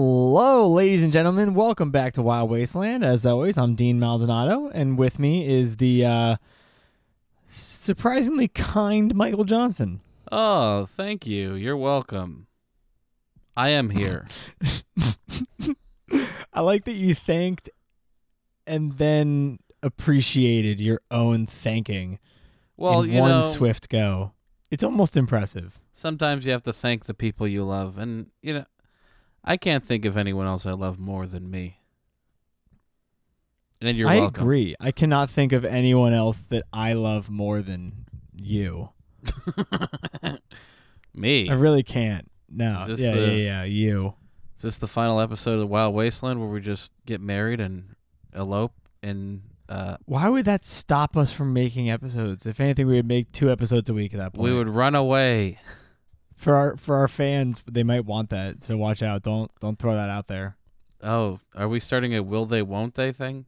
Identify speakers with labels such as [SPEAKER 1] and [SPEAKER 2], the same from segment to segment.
[SPEAKER 1] Hello, ladies and gentlemen. Welcome back to Wild Wasteland. As always, I'm Dean Maldonado, and with me is the uh, surprisingly kind Michael Johnson.
[SPEAKER 2] Oh, thank you. You're welcome. I am here.
[SPEAKER 1] I like that you thanked and then appreciated your own thanking
[SPEAKER 2] Well,
[SPEAKER 1] in
[SPEAKER 2] you
[SPEAKER 1] one
[SPEAKER 2] know,
[SPEAKER 1] swift go. It's almost impressive.
[SPEAKER 2] sometimes you have to thank the people you love, and you know, I can't think of anyone else I love more than me. And you're
[SPEAKER 1] I
[SPEAKER 2] welcome.
[SPEAKER 1] agree. I cannot think of anyone else that I love more than you.
[SPEAKER 2] me.
[SPEAKER 1] I really can't. No.
[SPEAKER 2] Is this
[SPEAKER 1] yeah,
[SPEAKER 2] the-
[SPEAKER 1] yeah, yeah. You.
[SPEAKER 2] Is this the final episode of Wild Wasteland where we just get married and elope and uh,
[SPEAKER 1] Why would that stop us from making episodes? If anything, we would make two episodes a week at that point.
[SPEAKER 2] we would run away?
[SPEAKER 1] for our for our fans, they might want that. So watch out. Don't don't throw that out there.
[SPEAKER 2] Oh, are we starting a will they won't they thing?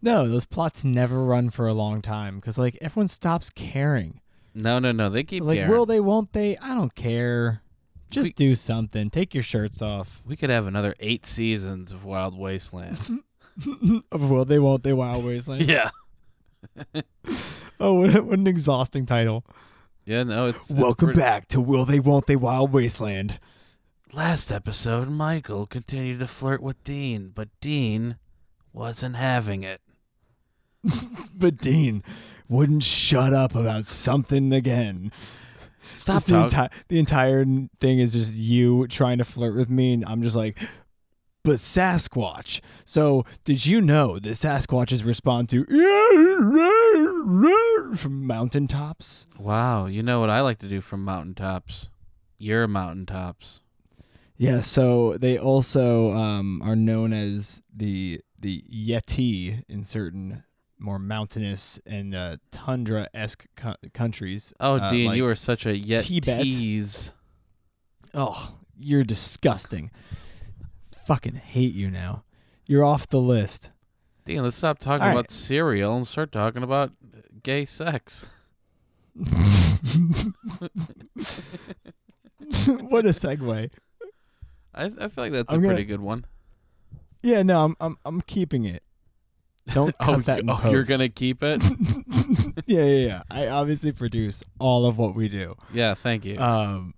[SPEAKER 1] No, those plots never run for a long time because like everyone stops caring.
[SPEAKER 2] No, no, no. They keep
[SPEAKER 1] like
[SPEAKER 2] caring.
[SPEAKER 1] will they? Won't they? I don't care. Just
[SPEAKER 2] We-
[SPEAKER 1] do something. Take your shirts off.
[SPEAKER 2] we could have another eight seasons of Wild Wasteland.
[SPEAKER 1] Of will they? Won't they? Wild Wasteland.
[SPEAKER 2] yeah.
[SPEAKER 1] Oh, what, what an exhausting title.
[SPEAKER 2] Yeah, no, it's it's
[SPEAKER 1] Welcome
[SPEAKER 2] pretty-
[SPEAKER 1] back to Will They? Won't They? Wild Wasteland.
[SPEAKER 2] Last episode, Michael continued to flirt with Dean, but Dean wasn't having it.
[SPEAKER 1] But Dean wouldn't shut up about something again.
[SPEAKER 2] Stop
[SPEAKER 1] It's the,
[SPEAKER 2] talking.
[SPEAKER 1] entire the entire n- thing is just you trying to flirt with me, and I'm just like, but Sasquatch. So did you know that Sasquatches respond to from mountaintops?
[SPEAKER 2] wow, you know what I like to do from mountaintops? Your mountaintops.
[SPEAKER 1] Yeah. So they also um, are known as the the Yeti in certain more mountainous and uh, tundra esque co- countries.
[SPEAKER 2] Oh,
[SPEAKER 1] Uh,
[SPEAKER 2] Dean,
[SPEAKER 1] like
[SPEAKER 2] you are such a yet
[SPEAKER 1] Tibet.
[SPEAKER 2] tease.
[SPEAKER 1] Oh, you're disgusting. Fucking hate you now. You're off the list.
[SPEAKER 2] Dean, let's stop talking
[SPEAKER 1] All
[SPEAKER 2] about
[SPEAKER 1] right.
[SPEAKER 2] cereal and start talking about gay sex.
[SPEAKER 1] what a segue.
[SPEAKER 2] I, I feel like that's a
[SPEAKER 1] I'm gonna-
[SPEAKER 2] pretty good one.
[SPEAKER 1] Yeah, no, I'm I'm I'm keeping it. Don't cut
[SPEAKER 2] Oh,
[SPEAKER 1] that. in
[SPEAKER 2] you- oh, you're
[SPEAKER 1] post.
[SPEAKER 2] gonna keep it?
[SPEAKER 1] yeah, yeah, yeah. I obviously produce all of what we do.
[SPEAKER 2] yeah, thank you.
[SPEAKER 1] Um,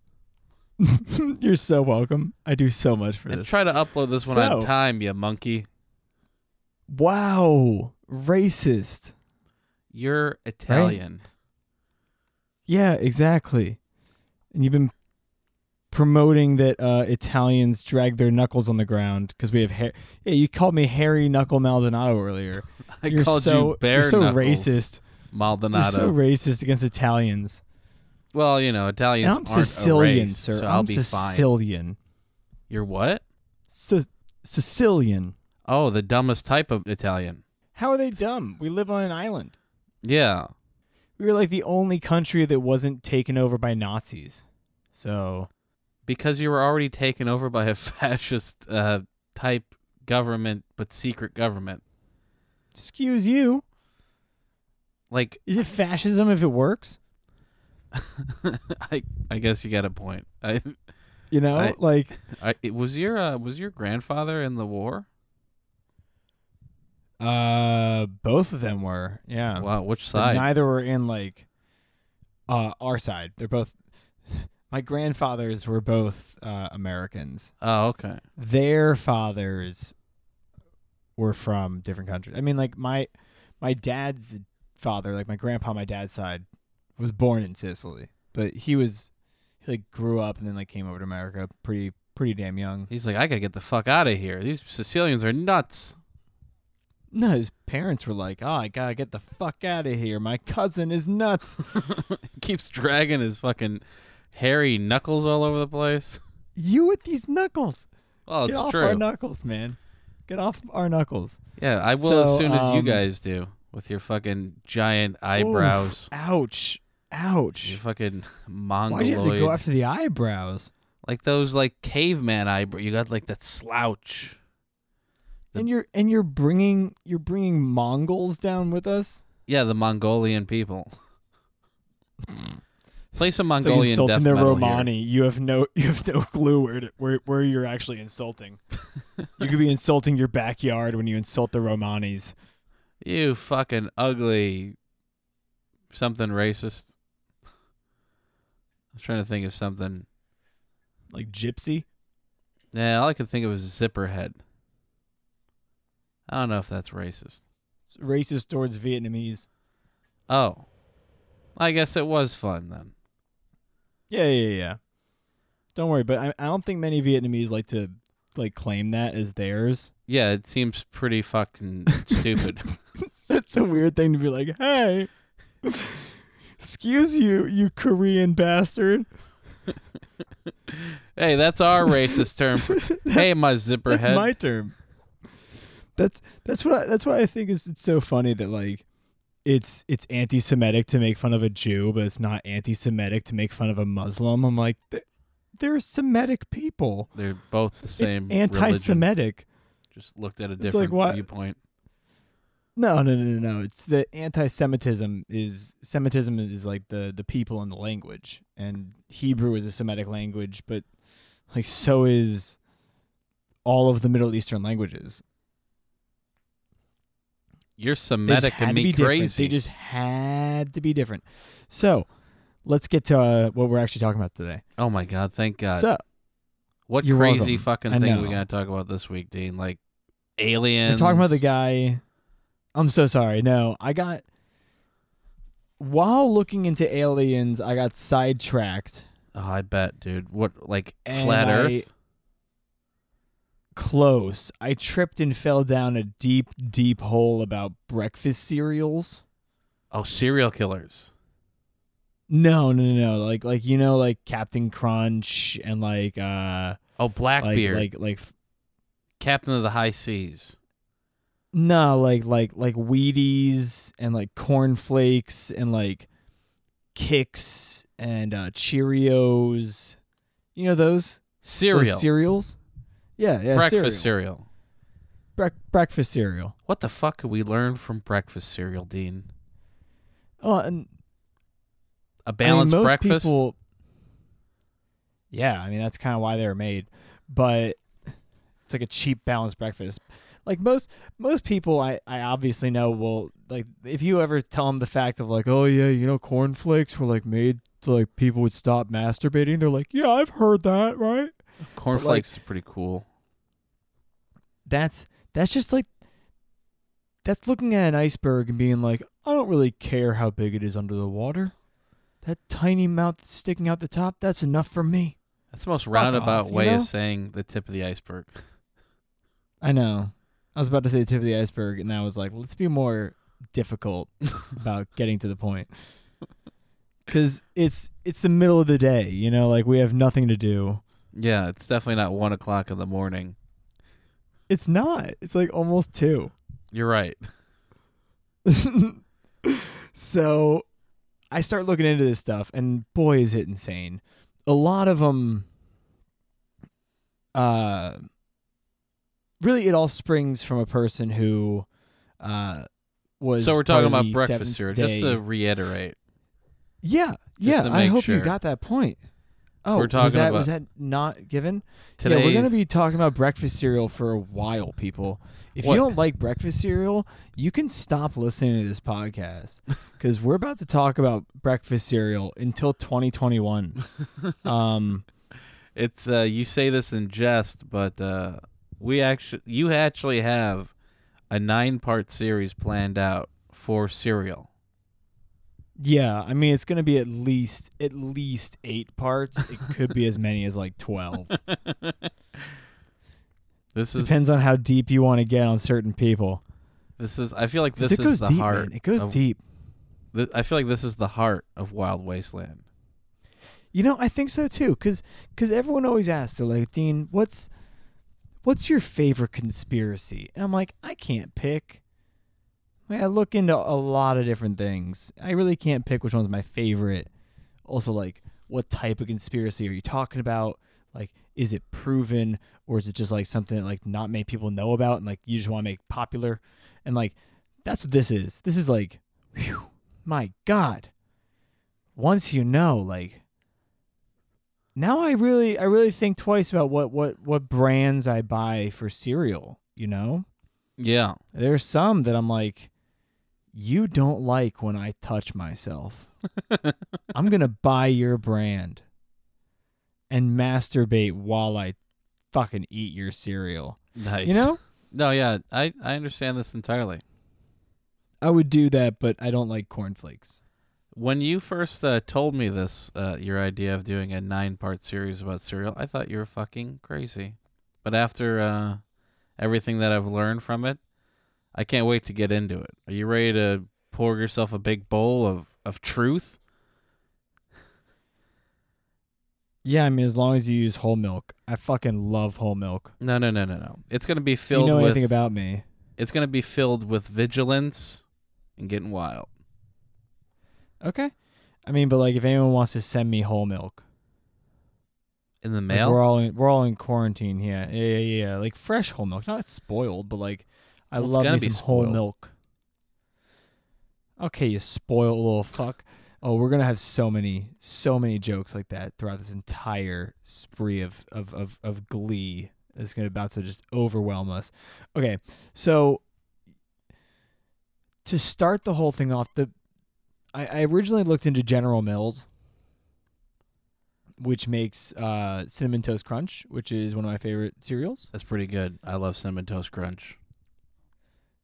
[SPEAKER 1] you're so welcome. I do so much for
[SPEAKER 2] and
[SPEAKER 1] this.
[SPEAKER 2] try to upload this one on
[SPEAKER 1] So-
[SPEAKER 2] time, you monkey.
[SPEAKER 1] Wow, racist.
[SPEAKER 2] You're Italian.
[SPEAKER 1] Yeah, exactly. And you've been promoting that uh, Italians drag their knuckles on the ground because we have hair. Yeah, you called me Harry Knuckle Maldonado earlier.
[SPEAKER 2] I
[SPEAKER 1] you're
[SPEAKER 2] called
[SPEAKER 1] so,
[SPEAKER 2] you bare
[SPEAKER 1] You're so
[SPEAKER 2] knuckles,
[SPEAKER 1] racist.
[SPEAKER 2] Maldonado.
[SPEAKER 1] You're so racist against Italians.
[SPEAKER 2] well, you know, Italians
[SPEAKER 1] And I'm
[SPEAKER 2] aren't
[SPEAKER 1] Sicilian,
[SPEAKER 2] a race,
[SPEAKER 1] sir.
[SPEAKER 2] So
[SPEAKER 1] I'm
[SPEAKER 2] will be fine.
[SPEAKER 1] Sicilian.
[SPEAKER 2] You're what?
[SPEAKER 1] Si- Sicilian.
[SPEAKER 2] Oh, the dumbest type of Italian.
[SPEAKER 1] How are they dumb? We live on an island.
[SPEAKER 2] Yeah.
[SPEAKER 1] We were like the only country that wasn't taken over by Nazis. So
[SPEAKER 2] Because you were already taken over by a fascist uh, type government, but secret government.
[SPEAKER 1] excuse you.
[SPEAKER 2] Like,
[SPEAKER 1] Is it fascism if it works?
[SPEAKER 2] I, I guess you got a point. I,
[SPEAKER 1] You know,
[SPEAKER 2] I-
[SPEAKER 1] like
[SPEAKER 2] I it, was your uh, was your grandfather in the war?
[SPEAKER 1] uh, both of them were. Yeah.
[SPEAKER 2] Wow, which
[SPEAKER 1] But
[SPEAKER 2] side?
[SPEAKER 1] neither were in like uh, our side. They're both. My grandfathers were both uh, Americans.
[SPEAKER 2] oh, okay.
[SPEAKER 1] their fathers were from different countries. I mean, like my my dad's father, like my grandpa, on my dad's side, was born in Sicily, but he was he like grew up and then like came over to America pretty pretty damn young.
[SPEAKER 2] He's like, I gotta get the fuck out of here. These Sicilians are nuts.
[SPEAKER 1] No, his parents were like, "Oh, I gotta get the fuck out of here. My cousin is nuts."
[SPEAKER 2] keeps dragging his fucking hairy knuckles all over the place.
[SPEAKER 1] you with these knuckles?
[SPEAKER 2] Oh,
[SPEAKER 1] get
[SPEAKER 2] it's
[SPEAKER 1] off
[SPEAKER 2] true.
[SPEAKER 1] our knuckles, man. Get off our knuckles.
[SPEAKER 2] yeah, I will
[SPEAKER 1] So,
[SPEAKER 2] as soon as you
[SPEAKER 1] um,
[SPEAKER 2] guys do with your fucking giant eyebrows.
[SPEAKER 1] Ouch!
[SPEAKER 2] Your
[SPEAKER 1] Ouch!
[SPEAKER 2] fucking
[SPEAKER 1] Why'd you have to
[SPEAKER 2] mongoloid.
[SPEAKER 1] go after the eyebrows?
[SPEAKER 2] like those like caveman eyebrow. You got like that slouch. The-
[SPEAKER 1] and you're and you're bringing you're bringing Mongols down with us.
[SPEAKER 2] Yeah, the Mongolian people. Play some
[SPEAKER 1] It's like
[SPEAKER 2] Mongolian
[SPEAKER 1] insulting
[SPEAKER 2] death
[SPEAKER 1] the
[SPEAKER 2] metal here.
[SPEAKER 1] Romani. You have no you have no clue where to, where where you're actually insulting. you could be insulting your backyard when you insult the Romanis.
[SPEAKER 2] You fucking ugly. Something racist. I was trying to think of something.
[SPEAKER 1] Like gypsy.
[SPEAKER 2] Yeah, all I could think of was zipper head. I don't know if that's racist.
[SPEAKER 1] It's racist towards Vietnamese.
[SPEAKER 2] Oh. I guess it was fun then.
[SPEAKER 1] Yeah, yeah, yeah, yeah. Don't worry, but I, I don't think many Vietnamese like to like claim that as theirs.
[SPEAKER 2] Yeah, it seems pretty fucking stupid.
[SPEAKER 1] It's a weird thing to be like, "Hey, excuse you, you Korean bastard."
[SPEAKER 2] Hey, that's our racist term. For, hey, my zipper
[SPEAKER 1] That's
[SPEAKER 2] head.
[SPEAKER 1] my term. That's that's what I, that's why I think is it's so funny that like it's it's anti-Semitic to make fun of a Jew, but it's not anti-Semitic to make fun of a Muslim. I'm like, th- they're Semitic people.
[SPEAKER 2] They're both the same.
[SPEAKER 1] it's anti-Semitic.
[SPEAKER 2] religion, Just looked at a
[SPEAKER 1] like,
[SPEAKER 2] different
[SPEAKER 1] why-
[SPEAKER 2] viewpoint.
[SPEAKER 1] No, no, no, no, no. It's the anti-Semitism is Semitism is like the the people and the language, and Hebrew is a Semitic language, but like so is all of the Middle Eastern languages.
[SPEAKER 2] You're
[SPEAKER 1] They just
[SPEAKER 2] Semitic
[SPEAKER 1] had
[SPEAKER 2] and
[SPEAKER 1] to be
[SPEAKER 2] me
[SPEAKER 1] different. They
[SPEAKER 2] crazy.
[SPEAKER 1] just had to be different. So let's get to uh, what we're actually talking about today.
[SPEAKER 2] oh my god! Thank God.
[SPEAKER 1] So
[SPEAKER 2] what
[SPEAKER 1] you're
[SPEAKER 2] crazy
[SPEAKER 1] welcome.
[SPEAKER 2] fucking
[SPEAKER 1] I
[SPEAKER 2] thing we
[SPEAKER 1] know.
[SPEAKER 2] gotta talk about this week, Dean? Like
[SPEAKER 1] we're
[SPEAKER 2] aliens.
[SPEAKER 1] talking about the guy. I'm so sorry. No, I got while looking into aliens, I got sidetracked.
[SPEAKER 2] Oh, I bet, dude. What like
[SPEAKER 1] And
[SPEAKER 2] flat
[SPEAKER 1] I-
[SPEAKER 2] Earth?
[SPEAKER 1] Close. I tripped and fell down a deep, deep hole about breakfast cereals.
[SPEAKER 2] Oh, serial killers.
[SPEAKER 1] No, no, no, no. Like, like you know, like Captain Crunch and like, uh,
[SPEAKER 2] Oh,
[SPEAKER 1] like,
[SPEAKER 2] Blackbeard,
[SPEAKER 1] like, like
[SPEAKER 2] Captain of the High Seas.
[SPEAKER 1] No, like like like Wheaties and like cornflakes and like kicks and uh Cheerios. You know those?
[SPEAKER 2] Cereal.
[SPEAKER 1] Those cereals? Yeah, yeah.
[SPEAKER 2] breakfast
[SPEAKER 1] cereal.
[SPEAKER 2] cereal.
[SPEAKER 1] Brec- breakfast cereal.
[SPEAKER 2] What the fuck could we learn from breakfast cereal, Dean?
[SPEAKER 1] Oh, and I
[SPEAKER 2] A
[SPEAKER 1] mean,
[SPEAKER 2] balanced
[SPEAKER 1] most
[SPEAKER 2] breakfast.
[SPEAKER 1] people- yeah, I mean that's kind of why they were made, but it's like a cheap balanced breakfast. Like most most people, I I obviously know will like if you ever tell them the fact of like, oh yeah, you know, cornflakes were like made so like people would stop masturbating. They're like, yeah, I've heard that, right?
[SPEAKER 2] Cornflakes is pretty cool.
[SPEAKER 1] That's that's just like that's looking at an iceberg and being like, I don't really care how big it is under the water. That tiny mouth sticking out the top, that's enough for me.
[SPEAKER 2] That's the most
[SPEAKER 1] Fuck
[SPEAKER 2] roundabout
[SPEAKER 1] off, you
[SPEAKER 2] way
[SPEAKER 1] know?
[SPEAKER 2] of saying the tip of the iceberg.
[SPEAKER 1] I know. I was about to say the tip of the iceberg, and I was like, let's be more difficult about getting to the point. Because it's it's the middle of the day, you know, like we have nothing to do.
[SPEAKER 2] Yeah, it's definitely not one o'clock in the morning.
[SPEAKER 1] It's not. It's like almost two.
[SPEAKER 2] You're right.
[SPEAKER 1] so I start looking into this stuff, and boy, is it insane. A lot of them, uh, really, it all springs from a person who uh, was.
[SPEAKER 2] So we're talking
[SPEAKER 1] part of
[SPEAKER 2] about
[SPEAKER 1] the
[SPEAKER 2] breakfast
[SPEAKER 1] Seventh
[SPEAKER 2] cereal.
[SPEAKER 1] Day-
[SPEAKER 2] Just to reiterate,
[SPEAKER 1] yeah, yeah.
[SPEAKER 2] to
[SPEAKER 1] I
[SPEAKER 2] make
[SPEAKER 1] hope
[SPEAKER 2] sure.
[SPEAKER 1] you got that point. Oh,
[SPEAKER 2] We're
[SPEAKER 1] was
[SPEAKER 2] talking
[SPEAKER 1] that
[SPEAKER 2] about-
[SPEAKER 1] was that not given?
[SPEAKER 2] today
[SPEAKER 1] yeah, we're gonna be talking about breakfast cereal for a while, people. If
[SPEAKER 2] What-
[SPEAKER 1] you don't like breakfast cereal, you can stop listening to this podcast because we're about to talk about breakfast cereal until 2021. um,
[SPEAKER 2] It's uh, you say this in jest, but uh, we actually you actually have a nine part series planned out for cereal.
[SPEAKER 1] yeah, I mean it's gonna be at least at least eight parts. It could be as many as like 12.
[SPEAKER 2] This is
[SPEAKER 1] Depends on how deep you want to get on certain people.
[SPEAKER 2] this is. I feel like
[SPEAKER 1] 'Cause
[SPEAKER 2] this
[SPEAKER 1] it goes
[SPEAKER 2] is the
[SPEAKER 1] deep,
[SPEAKER 2] heart.
[SPEAKER 1] man. It goes
[SPEAKER 2] of-
[SPEAKER 1] deep.
[SPEAKER 2] thi- I feel like this is the heart of Wild Wasteland.
[SPEAKER 1] You know, I think so too, cause 'cause everyone always asks, they're like, Dean, what's what's your favorite conspiracy? And I'm like, I can't pick. Like, I look into a lot of different things. I really can't pick which one's my favorite. Also, like, what type of conspiracy are you talking about? Like, is it proven, or is it just like something that like not many people know about, and like you just want to make popular? And like, that's what this is. This is like, whew, my God, once you know, like now I really I really think twice about what what what brands I buy for cereal, you know?
[SPEAKER 2] Yeah.
[SPEAKER 1] There's some that I'm like you don't like when I touch myself. I'm going to buy your brand and masturbate while I fucking eat your cereal.
[SPEAKER 2] Nice.
[SPEAKER 1] You know?
[SPEAKER 2] No, yeah. I, I understand this entirely.
[SPEAKER 1] I would do that, but I don't like cornflakes.
[SPEAKER 2] When you first uh, told me this, uh, your idea of doing a nine part series about cereal, I thought you were fucking crazy. But after uh, everything that I've learned from it, I can't wait to get into it. Are you ready to pour yourself a big bowl of, of truth?
[SPEAKER 1] Yeah, I mean, as long as you use whole milk, I fucking love whole milk.
[SPEAKER 2] No, no, no, no, no. It's going to be
[SPEAKER 1] If you
[SPEAKER 2] filled
[SPEAKER 1] know
[SPEAKER 2] with.
[SPEAKER 1] anything about me,
[SPEAKER 2] it's going to be filled with vigilance and getting wild.
[SPEAKER 1] okay. I mean, but like, if anyone wants to send me whole milk,
[SPEAKER 2] In the
[SPEAKER 1] like,
[SPEAKER 2] mail?
[SPEAKER 1] we're all in, we're all in quarantine. Yeah, yeah, yeah, yeah, yeah. Like fresh whole milk, not spoiled, but like, I
[SPEAKER 2] Well, it's
[SPEAKER 1] love
[SPEAKER 2] gonna
[SPEAKER 1] me
[SPEAKER 2] be
[SPEAKER 1] some whole
[SPEAKER 2] spoiled.
[SPEAKER 1] milk. Okay, you spoiled little fuck. Oh, we're gonna have so many, so many jokes like that throughout this entire spree of of of, of glee. It's gonna about to just overwhelm us. Okay, so to start the whole thing off, the I, I originally looked into General Mills, which makes uh, cinnamon toast crunch, which is one of my favorite cereals.
[SPEAKER 2] That's pretty good. I love cinnamon toast crunch.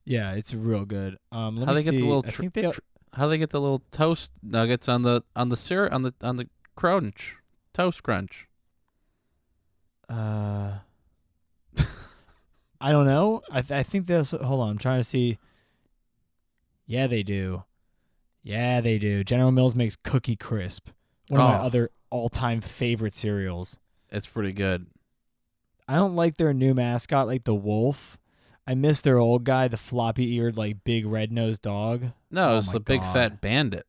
[SPEAKER 1] Yeah, it's real good. Um, let
[SPEAKER 2] How
[SPEAKER 1] me
[SPEAKER 2] they get the
[SPEAKER 1] see.
[SPEAKER 2] little
[SPEAKER 1] I
[SPEAKER 2] tr-
[SPEAKER 1] think they
[SPEAKER 2] tr- How they get the little toast nuggets on the on the syrup on the on the crunch toast crunch?
[SPEAKER 1] Uh, I don't know. I th- I think this. Hold on, I'm trying to see. Yeah, they do. Yeah, they do. General Mills makes Cookie Crisp, one of my
[SPEAKER 2] Oh.
[SPEAKER 1] other all-time favorite cereals.
[SPEAKER 2] It's pretty good.
[SPEAKER 1] I don't like their new mascot, like the wolf. I miss their old guy, the floppy-eared, like big red-nosed dog.
[SPEAKER 2] No,
[SPEAKER 1] Oh
[SPEAKER 2] it's
[SPEAKER 1] my
[SPEAKER 2] the big
[SPEAKER 1] God.
[SPEAKER 2] fat bandit.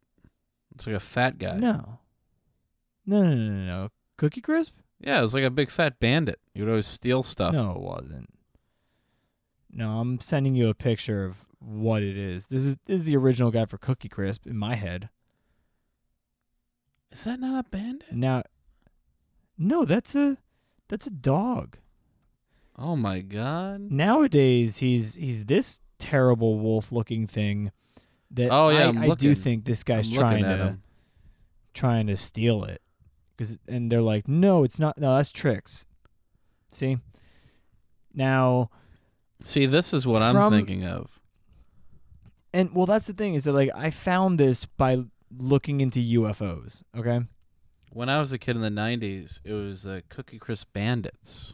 [SPEAKER 2] It's like a fat guy.
[SPEAKER 1] No. No, no, no, no, no. Cookie Crisp?
[SPEAKER 2] Yeah, it was like a big fat bandit. You would always steal stuff.
[SPEAKER 1] No, it wasn't. No, I'm sending you a picture of what it is. This is this is the original guy for Cookie Crisp in my head.
[SPEAKER 2] Is that not a bandit?
[SPEAKER 1] Now, no, that's a that's a dog.
[SPEAKER 2] Oh my god.
[SPEAKER 1] Nowadays, he's he's this terrible wolf-looking thing. That
[SPEAKER 2] Oh, yeah,
[SPEAKER 1] I-
[SPEAKER 2] I'm
[SPEAKER 1] I, do
[SPEAKER 2] looking.
[SPEAKER 1] think this guy's
[SPEAKER 2] I'm
[SPEAKER 1] trying
[SPEAKER 2] looking
[SPEAKER 1] to
[SPEAKER 2] at him.
[SPEAKER 1] trying to steal it, 'Cause- and they're like, no, it's not. No, that's tricks. See, now
[SPEAKER 2] See, this is what I'm
[SPEAKER 1] From-
[SPEAKER 2] thinking of.
[SPEAKER 1] and well that's the thing is that like i found this by looking into ufos okay
[SPEAKER 2] When I was a kid in the 90s, it was uh, Cookie Crisp Bandits.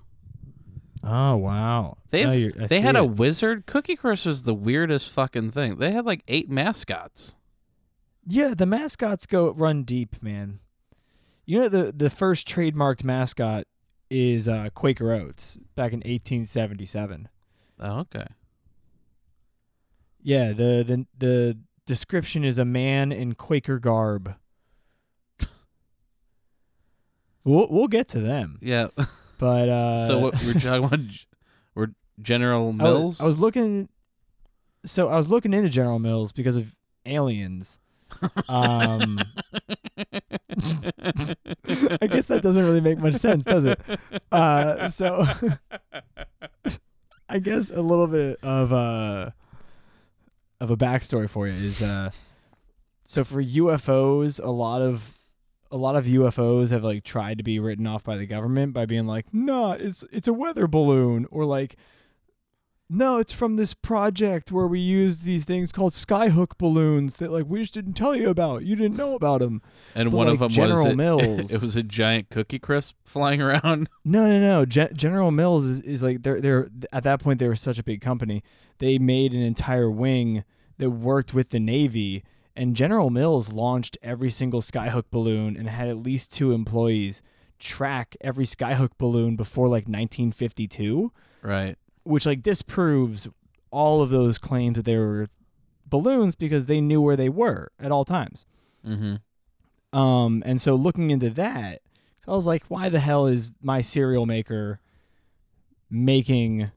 [SPEAKER 1] oh wow
[SPEAKER 2] They have- They had a wizard. Cookie Crisp was the weirdest fucking thing. They had like eight mascots.
[SPEAKER 1] yeah the mascots go run deep man you know the the first trademarked mascot is uh quaker oats back in 1877
[SPEAKER 2] Oh, okay.
[SPEAKER 1] yeah the the the description is a man in quaker garb we'll, we'll get to them
[SPEAKER 2] Yeah.
[SPEAKER 1] but uh
[SPEAKER 2] so what we're talking about? G- We're General
[SPEAKER 1] I was-
[SPEAKER 2] Mills.
[SPEAKER 1] I was, looking. So I was looking into General Mills because of aliens. Um, I guess that doesn't really make much sense, does it? Uh, so I guess a little bit of uh, of a backstory for you is uh, so for UFOs, a lot of a lot of UFOs have like tried to be written off by the government by being like, "Nah, it's it's a weather balloon," or like, "No, it's from this project where we used these things called skyhook balloons that like we just didn't tell you about. You didn't know about them."
[SPEAKER 2] and
[SPEAKER 1] but
[SPEAKER 2] one of them
[SPEAKER 1] like General
[SPEAKER 2] was it-
[SPEAKER 1] Mills.
[SPEAKER 2] It was a giant Cookie Crisp flying around.
[SPEAKER 1] No, no, no. Gen- General Mills is, is like they're they're at that point they were such a big company. They made an entire wing that worked with the Navy, and General Mills launched every single skyhook balloon and had at least two employees track every skyhook balloon before like 1952,
[SPEAKER 2] Right.
[SPEAKER 1] which like disproves all of those claims that they were balloons because they knew where they were at all times.
[SPEAKER 2] Mm-hmm.
[SPEAKER 1] Um, and so looking into that, so I was like, why the hell is my cereal maker making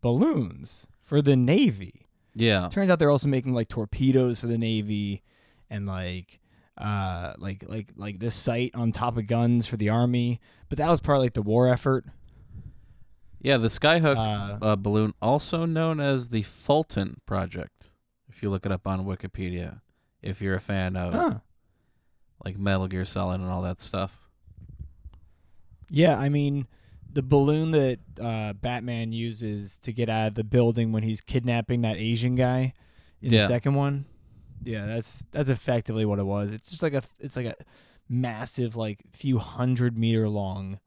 [SPEAKER 1] balloons for the Navy?
[SPEAKER 2] Yeah.
[SPEAKER 1] Turns out they're also making like torpedoes for the Navy and like uh, like like like this site on top of guns for the army. But that was part of like the war effort.
[SPEAKER 2] Yeah, the Skyhook
[SPEAKER 1] Uh,
[SPEAKER 2] uh, balloon, also known as the Fulton Project, if you look it up on Wikipedia, if you're a fan of
[SPEAKER 1] huh.
[SPEAKER 2] like Metal Gear Solid and all that stuff.
[SPEAKER 1] Yeah, I mean, the balloon that uh, Batman uses to get out of the building when he's kidnapping that Asian guy in
[SPEAKER 2] Yeah.
[SPEAKER 1] the second one. Yeah, that's that's effectively what it was. It's just like a it's like a massive like few hundred meter long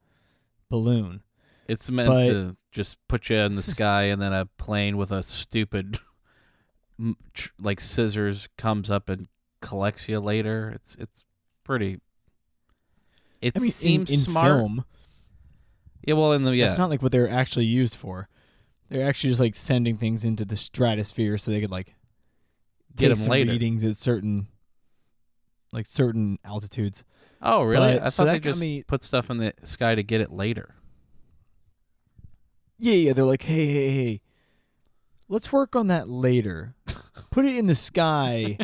[SPEAKER 1] balloon.
[SPEAKER 2] It's meant
[SPEAKER 1] But-
[SPEAKER 2] to just put you in the sky, and then a plane with a stupid m- tr- like scissors comes up and collects you later. It's it's pretty. It
[SPEAKER 1] I mean, in-
[SPEAKER 2] seems
[SPEAKER 1] in,
[SPEAKER 2] smart.
[SPEAKER 1] film,
[SPEAKER 2] Yeah, well, in the yeah,
[SPEAKER 1] that's not like what they're actually used for. They're actually just like sending things into the stratosphere so they could like
[SPEAKER 2] Get
[SPEAKER 1] take
[SPEAKER 2] 'em
[SPEAKER 1] some
[SPEAKER 2] later.
[SPEAKER 1] readings at certain like certain altitudes.
[SPEAKER 2] oh really?
[SPEAKER 1] but-
[SPEAKER 2] I thought
[SPEAKER 1] so
[SPEAKER 2] they
[SPEAKER 1] that got
[SPEAKER 2] just
[SPEAKER 1] me-
[SPEAKER 2] put stuff in the sky to get it later.
[SPEAKER 1] Yeah, yeah. They're like, hey, hey, hey, let's work on that later. Put it in the sky,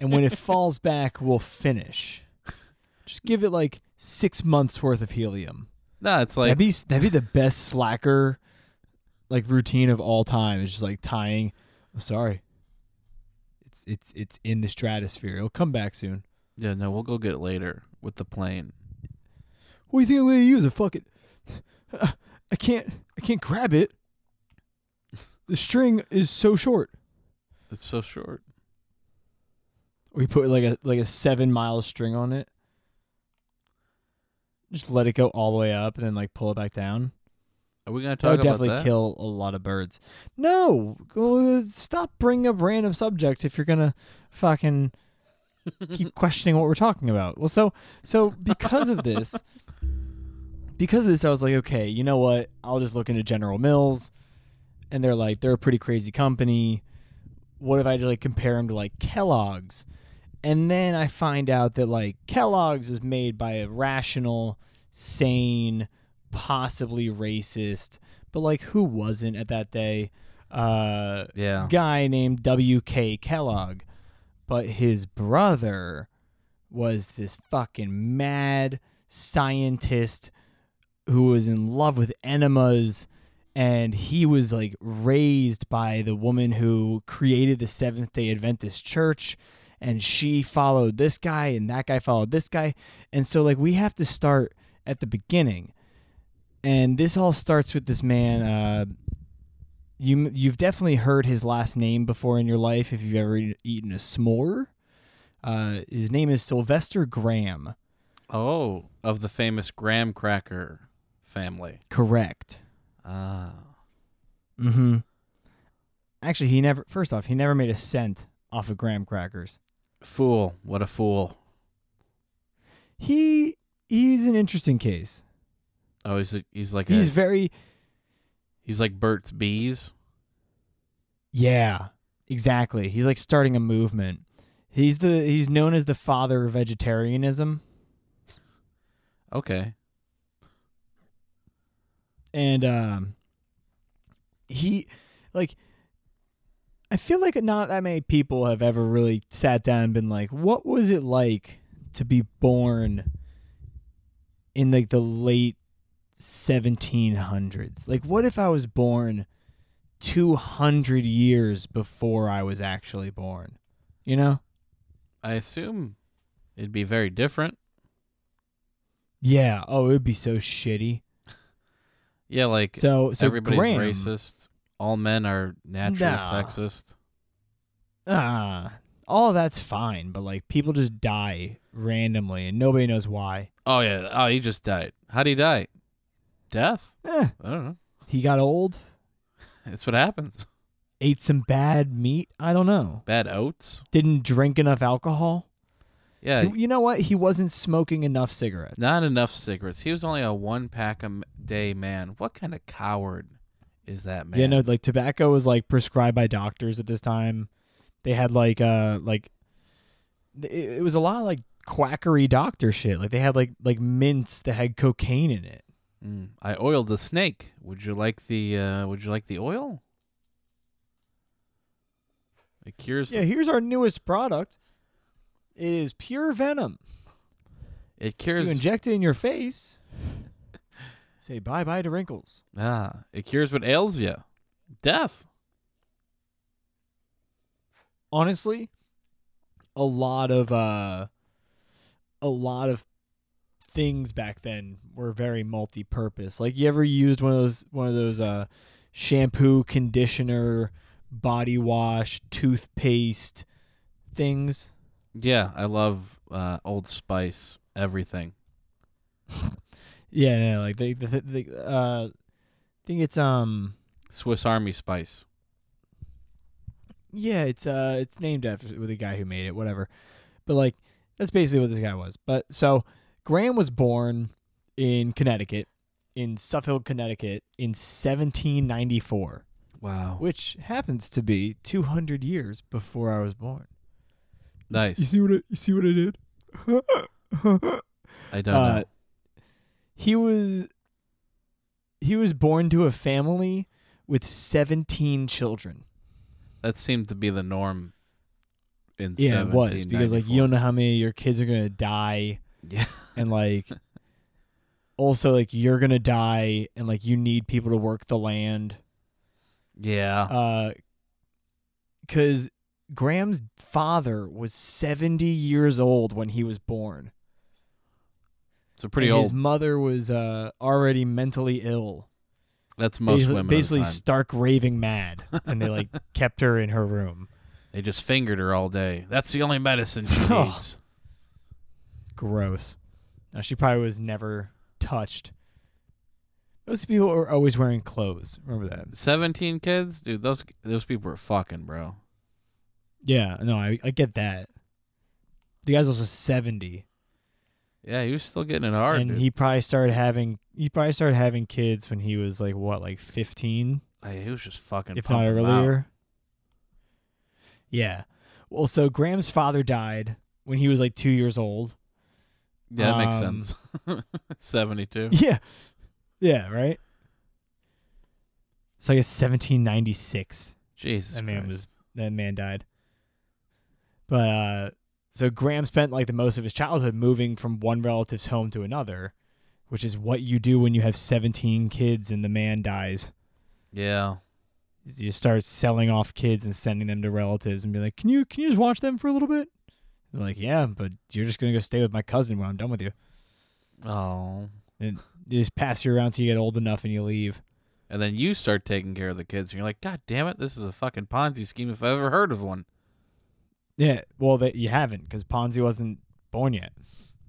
[SPEAKER 1] and when it falls back, we'll finish. Just give it like six months worth of helium.
[SPEAKER 2] No, it's like
[SPEAKER 1] that'd be that'd be the best slacker, like routine of all time. It's just like tying. I'm sorry. It's it's it's in the stratosphere. It'll come back soon.
[SPEAKER 2] yeah, no, we'll go get it later with the plane.
[SPEAKER 1] What do you think I'm gonna use? A fucking I can't I can't grab it. The string is so short.
[SPEAKER 2] It's so short.
[SPEAKER 1] We put like a like a seven mile string on it. Just let it go all the way up and then like pull it back down.
[SPEAKER 2] Are we gonna
[SPEAKER 1] That
[SPEAKER 2] talk
[SPEAKER 1] would
[SPEAKER 2] about
[SPEAKER 1] definitely
[SPEAKER 2] that?
[SPEAKER 1] kill a lot of birds. No, go- stop bringing up random subjects if you're gonna fucking keep questioning what we're talking about. Well, so so because of this, because of this, I was like, okay, you know what? I'll just look into General Mills, and they're like, they're a pretty crazy company. What if I just like compare them to like Kellogg's? And then I find out that like Kellogg's was made by a rational, sane, possibly racist, but like who wasn't at that day? Uh,
[SPEAKER 2] Yeah.
[SPEAKER 1] guy named W.K. Kellogg, but his brother was this fucking mad scientist who was in love with enemas. And he was like raised by the woman who created the Seventh day Adventist church. And she followed this guy, and that guy followed this guy. And so, like, we have to start at the beginning. And this all starts with this man, uh, you you've definitely heard his last name before in your life if you've ever eat- eaten a s'more. Uh, his name is Sylvester Graham.
[SPEAKER 2] Oh, of the famous graham cracker family.
[SPEAKER 1] Correct.
[SPEAKER 2] Ah.
[SPEAKER 1] Mm-hmm. Actually, he never. First off, he never made a cent off of graham crackers.
[SPEAKER 2] Fool. What a fool.
[SPEAKER 1] He he's an interesting case.
[SPEAKER 2] Oh, he's a, he's like
[SPEAKER 1] He's
[SPEAKER 2] he's, a,
[SPEAKER 1] very
[SPEAKER 2] he's like Bert's bees.
[SPEAKER 1] yeah, exactly. He's like starting a movement. He's the he's known as the father of vegetarianism.
[SPEAKER 2] Okay.
[SPEAKER 1] and um, he like i feel like not that many people have ever really sat down and been like what was it like to be born in like the late 1700s like what if i was born 200 years before i was actually born you know
[SPEAKER 2] I assume it'd be very different.
[SPEAKER 1] yeah oh it would be so shitty
[SPEAKER 2] Yeah, like
[SPEAKER 1] so so
[SPEAKER 2] everybody's
[SPEAKER 1] Graham,
[SPEAKER 2] racist. All men are naturally
[SPEAKER 1] Nah.
[SPEAKER 2] sexist.
[SPEAKER 1] ah, all that's fine, but like people just die randomly and nobody knows why.
[SPEAKER 2] Oh yeah. Oh, he just died. How'd he die? Death?
[SPEAKER 1] Eh,
[SPEAKER 2] I don't know.
[SPEAKER 1] he got old,
[SPEAKER 2] That's what happens.
[SPEAKER 1] ate some bad meat. I don't know.
[SPEAKER 2] Bad oats.
[SPEAKER 1] Didn't drink enough alcohol.
[SPEAKER 2] Yeah.
[SPEAKER 1] He- you know what? He wasn't smoking enough cigarettes.
[SPEAKER 2] Not enough cigarettes. He was only a one pack a m- day man. What kind of coward is that man?
[SPEAKER 1] Yeah, no, like tobacco was like prescribed by doctors at this time. They had like uh like th- it, it was a lot of like quackery doctor shit. Like they had like like mints that had cocaine in it.
[SPEAKER 2] Mm. I oiled the snake. Would you like the uh, Would you like the oil? It cures.
[SPEAKER 1] Yeah, here's our newest product. It is pure venom.
[SPEAKER 2] It
[SPEAKER 1] If
[SPEAKER 2] cures
[SPEAKER 1] you inject it in your face, say bye bye to wrinkles.
[SPEAKER 2] ah, it cures what ails you, death.
[SPEAKER 1] honestly a lot of uh a lot of things back then were very multi-purpose like you ever used one of those one of those uh shampoo conditioner body wash toothpaste things
[SPEAKER 2] Yeah, I love uh, Old Spice. Everything.
[SPEAKER 1] yeah no, like they the, the, the uh i think it's um
[SPEAKER 2] Swiss Army Spice.
[SPEAKER 1] yeah it's uh it's named after with the guy who made it whatever but like that's basically what this guy was but so graham was born in connecticut in suffield connecticut in 1794
[SPEAKER 2] Wow.
[SPEAKER 1] which happens to be 200 years before i was born You s-
[SPEAKER 2] Nice.
[SPEAKER 1] you see what i you see what i did
[SPEAKER 2] I don't
[SPEAKER 1] uh,
[SPEAKER 2] know.
[SPEAKER 1] he was he was born to a family with 17 children
[SPEAKER 2] That seemed to be the norm. In
[SPEAKER 1] yeah it was because like you
[SPEAKER 2] 1794.
[SPEAKER 1] don't know how many of your kids are gonna die
[SPEAKER 2] Yeah.
[SPEAKER 1] and like also like you're gonna die and like you need people to work the land
[SPEAKER 2] Yeah.
[SPEAKER 1] uh because graham's father was 70 years old when he was born
[SPEAKER 2] so pretty
[SPEAKER 1] and
[SPEAKER 2] old.
[SPEAKER 1] his mother was uh already mentally ill
[SPEAKER 2] That's most
[SPEAKER 1] basically,
[SPEAKER 2] women.
[SPEAKER 1] basically
[SPEAKER 2] Basically,
[SPEAKER 1] stark raving mad and they like kept her in her room
[SPEAKER 2] they just fingered her all day. That's the only medicine she
[SPEAKER 1] Oh.
[SPEAKER 2] needs.
[SPEAKER 1] Gross. Now she probably was never touched. Most people are always wearing clothes. Remember that?
[SPEAKER 2] Seventeen kids, dude. Those those people are fucking, bro.
[SPEAKER 1] Yeah, no, I, I get that. The guy's also seventy,
[SPEAKER 2] Yeah, he was still getting it hard.
[SPEAKER 1] and
[SPEAKER 2] dude.
[SPEAKER 1] he probably started having he probably started having kids when he was like what, like fifteen,
[SPEAKER 2] Hey, he was just fucking.
[SPEAKER 1] if not
[SPEAKER 2] pumping 'em out.
[SPEAKER 1] earlier. Yeah. Well, so Graham's father died when he was like two years old.
[SPEAKER 2] Yeah, that makes
[SPEAKER 1] Um,
[SPEAKER 2] sense. Seventy-two.
[SPEAKER 1] Yeah. Yeah. Right. So I guess seventeen ninety six.
[SPEAKER 2] Jesus
[SPEAKER 1] That man
[SPEAKER 2] Christ.
[SPEAKER 1] was that man died. But uh so Graham spent like the most of his childhood moving from one relative's home to another, which is what you do when you have 17 kids and the man dies.
[SPEAKER 2] yeah.
[SPEAKER 1] is You start selling off kids and sending them to relatives and be like, "Can you can you just watch them for a little bit?" They're like, "Yeah, but you're just going to go stay with my cousin when I'm done with you."
[SPEAKER 2] Oh.
[SPEAKER 1] They just pass you around till you get old enough and you leave.
[SPEAKER 2] And then you start taking care of the kids, and you're like, God damn it, this is a fucking Ponzi scheme if I ever heard of one.
[SPEAKER 1] Yeah, well, that you haven't cuz Ponzi wasn't born yet.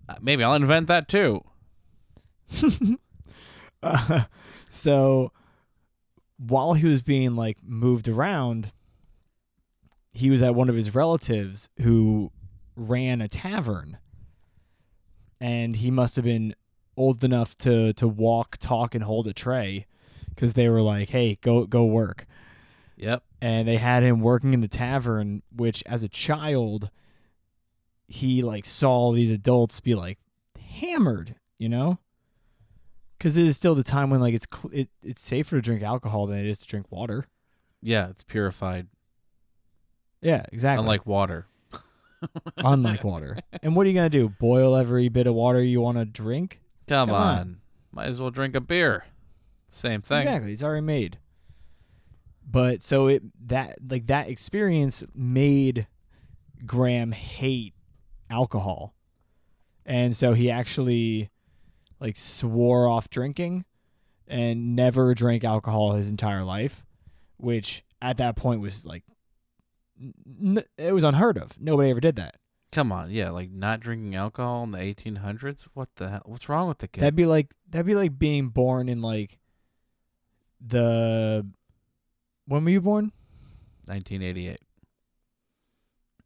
[SPEAKER 2] Uh, maybe I'll invent that too.
[SPEAKER 1] Uh, so while he was being like moved around, he was at one of his relatives who ran a tavern, and he must have been old enough to to walk, talk, and hold a tray, because they were like, "Hey, go go work,"
[SPEAKER 2] Yep.
[SPEAKER 1] and they had him working in the tavern, which as a child, he like saw these adults be like hammered, you know? Because it is still the time when like it's cl- it, it's safer to drink alcohol than it is to drink water.
[SPEAKER 2] Yeah, it's purified,
[SPEAKER 1] Yeah, exactly.
[SPEAKER 2] unlike water.
[SPEAKER 1] unlike water. And what are you gonna do? Boil every bit of water you want to drink?
[SPEAKER 2] Come,
[SPEAKER 1] Come
[SPEAKER 2] on.
[SPEAKER 1] on.
[SPEAKER 2] Might as well drink a beer. Same thing.
[SPEAKER 1] Exactly, it's already made. But so it that like that experience made Graham hate alcohol, and so he actually like swore off drinking and never drank alcohol his entire life, which at that point was like n- n- it was unheard of. Nobody ever did that.
[SPEAKER 2] Come on. Yeah, like not drinking alcohol in the 1800s? What the hell? What's wrong with the kid?
[SPEAKER 1] That'd be like that'd be like being born in like the when were you born?
[SPEAKER 2] 1988.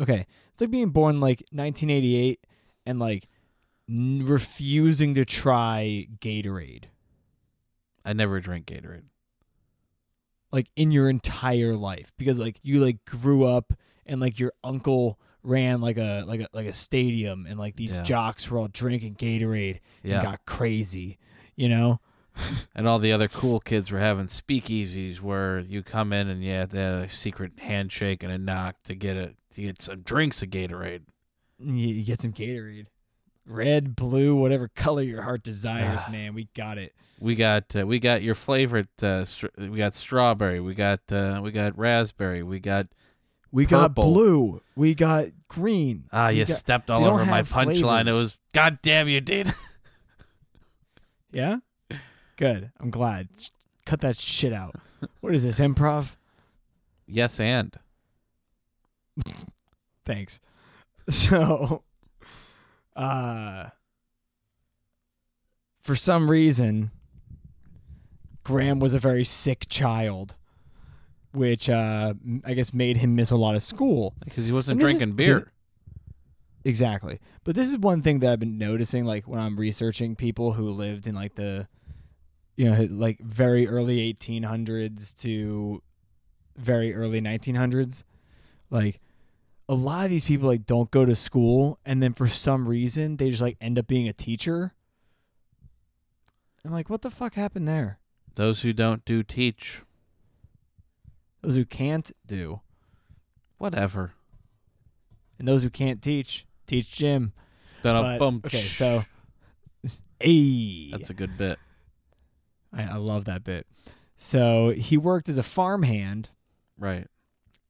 [SPEAKER 1] Okay. It's like being born like 1988 and like n- refusing to try Gatorade
[SPEAKER 2] I never drink Gatorade.
[SPEAKER 1] like in your entire life because like you like grew up and like your uncle ran like a like a like a stadium and like these
[SPEAKER 2] Yeah.
[SPEAKER 1] jocks were all drinking Gatorade
[SPEAKER 2] Yeah.
[SPEAKER 1] and got crazy, you know?
[SPEAKER 2] and all the other cool kids were having speakeasies where you come in and yeah, they had a secret handshake and a knock to get a to get some drinks of Gatorade.
[SPEAKER 1] and you, you get some Gatorade. Red, blue, whatever color your heart desires,
[SPEAKER 2] Ah.
[SPEAKER 1] man. We got it.
[SPEAKER 2] We got uh, we got your favorite. Uh, str- we got strawberry. We got uh, we got raspberry. We got
[SPEAKER 1] We got
[SPEAKER 2] Purple.
[SPEAKER 1] blue. We got green.
[SPEAKER 2] ah.
[SPEAKER 1] We
[SPEAKER 2] you
[SPEAKER 1] got-
[SPEAKER 2] stepped
[SPEAKER 1] they
[SPEAKER 2] all
[SPEAKER 1] don't
[SPEAKER 2] over my
[SPEAKER 1] have
[SPEAKER 2] punchline. It
[SPEAKER 1] flavors.
[SPEAKER 2] was God damn you, dude.
[SPEAKER 1] Yeah? Good. I'm glad. Cut that shit out. What is this, improv?
[SPEAKER 2] yes, and
[SPEAKER 1] Thanks. So uh for some reason Graham was a very sick child, which uh m- I guess made him miss a lot of school.
[SPEAKER 2] because he wasn't
[SPEAKER 1] And this is-
[SPEAKER 2] drinking beer.
[SPEAKER 1] Exactly. But this is one thing that I've been noticing, like when I'm researching people who lived in like the, you know, like very early 1800s to very early 1900s. Like a lot of these people like don't go to school, and then for some reason they just like end up being a teacher. I'm like, what the fuck happened there?
[SPEAKER 2] Those who don't do teach.
[SPEAKER 1] Those who can't do,
[SPEAKER 2] Whatever.
[SPEAKER 1] and those who can't teach, teach Jim.
[SPEAKER 2] But,
[SPEAKER 1] But- okay, so, hey,
[SPEAKER 2] that's a good bit.
[SPEAKER 1] I, I love that bit. So he worked as a farmhand
[SPEAKER 2] Right.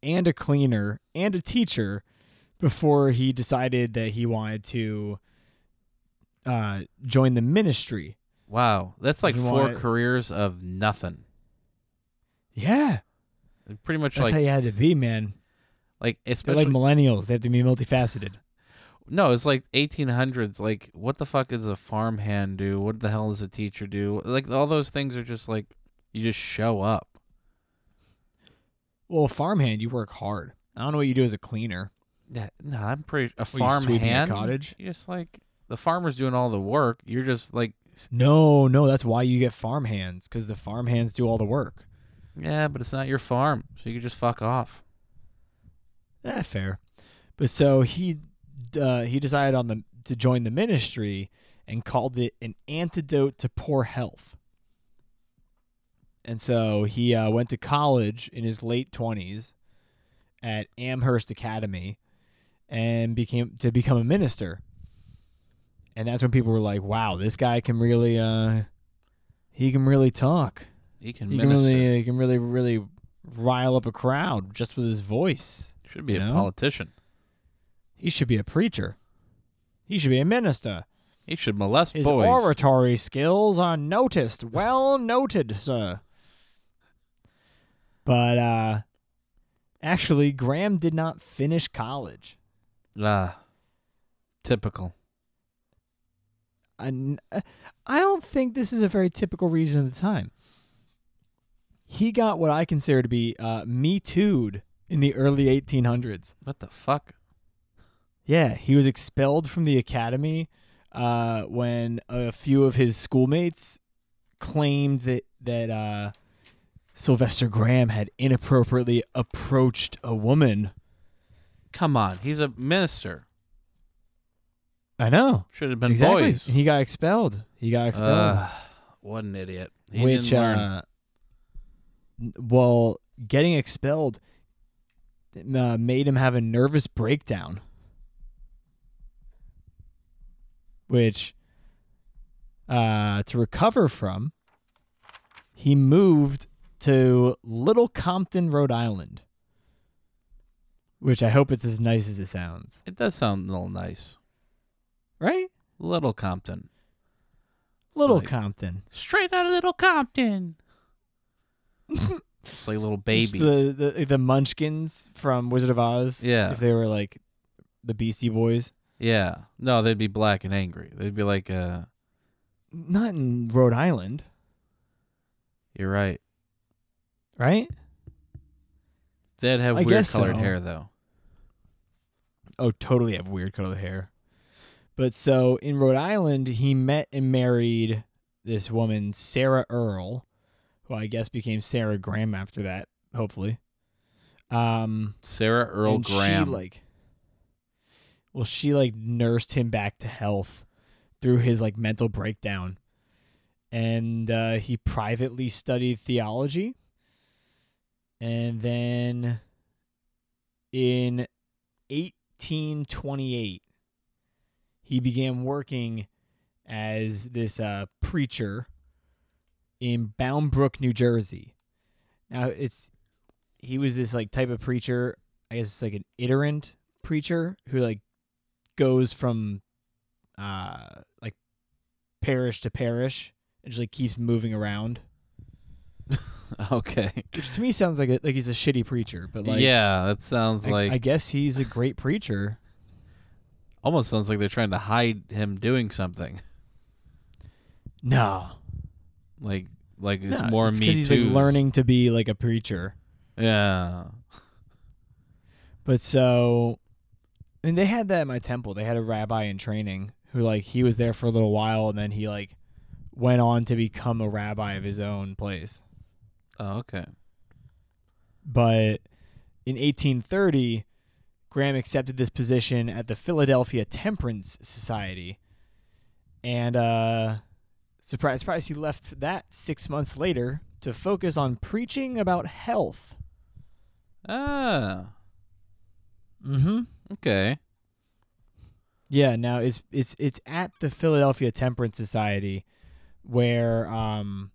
[SPEAKER 1] and a cleaner and a teacher before he decided that he wanted to uh, join the ministry.
[SPEAKER 2] Wow. That's like
[SPEAKER 1] You
[SPEAKER 2] four
[SPEAKER 1] want-
[SPEAKER 2] careers of nothing.
[SPEAKER 1] Yeah,
[SPEAKER 2] Pretty much
[SPEAKER 1] that's how
[SPEAKER 2] like
[SPEAKER 1] you had to be, man.
[SPEAKER 2] like
[SPEAKER 1] They're
[SPEAKER 2] especially
[SPEAKER 1] like millennials; they have to be multifaceted.
[SPEAKER 2] No, it's like 1800s. Like, what the fuck does a farmhand do? What the hell does a teacher do? Like, all those things are just like, you just show up.
[SPEAKER 1] Well, farmhand, you work hard. I don't know what you do as a cleaner.
[SPEAKER 2] Yeah, no, I'm pretty. A
[SPEAKER 1] What, you sweeping a
[SPEAKER 2] farmhand?
[SPEAKER 1] cottage?
[SPEAKER 2] You just like, the farmer's doing all the work. You're just like, s-
[SPEAKER 1] No, no, that's why you get farmhands because the farmhands do all the work.
[SPEAKER 2] yeah, but it's not your farm. So you can just fuck off.
[SPEAKER 1] Eh, fair. But so he uh, he decided on the to join the ministry and called it an antidote to poor health. And so he uh, went to college in his late twenties at Amherst Academy and became to become a minister. And that's when people were like, "Wow, this guy can really uh, he can really talk.
[SPEAKER 2] You can
[SPEAKER 1] He can
[SPEAKER 2] minister.
[SPEAKER 1] really uh, he can really really rile up a crowd just with his voice."
[SPEAKER 2] Should be
[SPEAKER 1] you
[SPEAKER 2] a
[SPEAKER 1] know?
[SPEAKER 2] politician.
[SPEAKER 1] He should be a preacher. He should be a minister.
[SPEAKER 2] He should molest
[SPEAKER 1] His
[SPEAKER 2] boys.
[SPEAKER 1] oratory skills are noticed. Well noted, sir. But uh actually Graham did not finish college.
[SPEAKER 2] ah, typical.
[SPEAKER 1] I, n- uh, I don't think this is a very typical reason at the time. He got what I consider to be uh, Me Too'd in the early 1800s.
[SPEAKER 2] What the fuck?
[SPEAKER 1] Yeah, he was expelled from the academy uh, when a few of his schoolmates claimed that that uh, Sylvester Graham had inappropriately approached a woman.
[SPEAKER 2] Come on. He's a minister.
[SPEAKER 1] I know
[SPEAKER 2] Should have been
[SPEAKER 1] exactly.
[SPEAKER 2] boys.
[SPEAKER 1] He got expelled. He got expelled.
[SPEAKER 2] Uh, what an idiot. He
[SPEAKER 1] which,
[SPEAKER 2] didn't learn.
[SPEAKER 1] uh, n- well, getting expelled uh, made him have a nervous breakdown, which, uh, to recover from, he moved to Little Compton, Rhode Island, which I hope it's as nice as it sounds,
[SPEAKER 2] It does sound a little nice.
[SPEAKER 1] right?
[SPEAKER 2] Little Compton.
[SPEAKER 1] Little
[SPEAKER 2] Like-
[SPEAKER 1] Compton.
[SPEAKER 2] Straight out of Little Compton. it's like little
[SPEAKER 1] Just
[SPEAKER 2] babies.
[SPEAKER 1] The, the the Munchkins from Wizard of Oz.
[SPEAKER 2] Yeah.
[SPEAKER 1] If they were like the Beastie Boys.
[SPEAKER 2] yeah. No, they'd be black and angry. They'd be like, uh,
[SPEAKER 1] Not in Rhode Island,
[SPEAKER 2] you're right.
[SPEAKER 1] right?
[SPEAKER 2] They'd have
[SPEAKER 1] I
[SPEAKER 2] weird
[SPEAKER 1] guess
[SPEAKER 2] colored
[SPEAKER 1] so.
[SPEAKER 2] hair, though.
[SPEAKER 1] Oh, totally have weird color hair. But so in Rhode Island, he met and married this woman, Sarah Earle, who I guess became Sarah Graham after that, hopefully. Um,
[SPEAKER 2] Sarah Earl
[SPEAKER 1] and
[SPEAKER 2] Graham.
[SPEAKER 1] She like Well, she like nursed him back to health through his like mental breakdown. And uh, he privately studied theology. And then in 1828, he began working as this uh, preacher in Boundbrook, New Jersey. Now it's he was this like type of preacher, I guess it's like an iterant preacher who like goes from uh like parish to parish and just like keeps moving around.
[SPEAKER 2] Okay.
[SPEAKER 1] Which to me sounds like a, like he's a shitty preacher, but like
[SPEAKER 2] yeah, that sounds
[SPEAKER 1] I,
[SPEAKER 2] like
[SPEAKER 1] I guess he's a great preacher.
[SPEAKER 2] almost sounds like they're trying to hide him doing something.
[SPEAKER 1] No.
[SPEAKER 2] Like like it's
[SPEAKER 1] no,
[SPEAKER 2] more
[SPEAKER 1] it's
[SPEAKER 2] me
[SPEAKER 1] 'cause he's like
[SPEAKER 2] Too's.
[SPEAKER 1] learning to be like a preacher.
[SPEAKER 2] Yeah.
[SPEAKER 1] But so, and they had that at my temple. They had a rabbi in training who, like, he was there for a little while, and then he like went on to become a rabbi of his own place.
[SPEAKER 2] Oh, okay.
[SPEAKER 1] But in 1830, Graham accepted this position at the Philadelphia Temperance Society, and uh, surprise, surprise, he left that six months later to focus on preaching about health.
[SPEAKER 2] Ah.
[SPEAKER 1] Mm-hmm.
[SPEAKER 2] Okay.
[SPEAKER 1] Yeah, now it's it's it's at the Philadelphia Temperance Society where um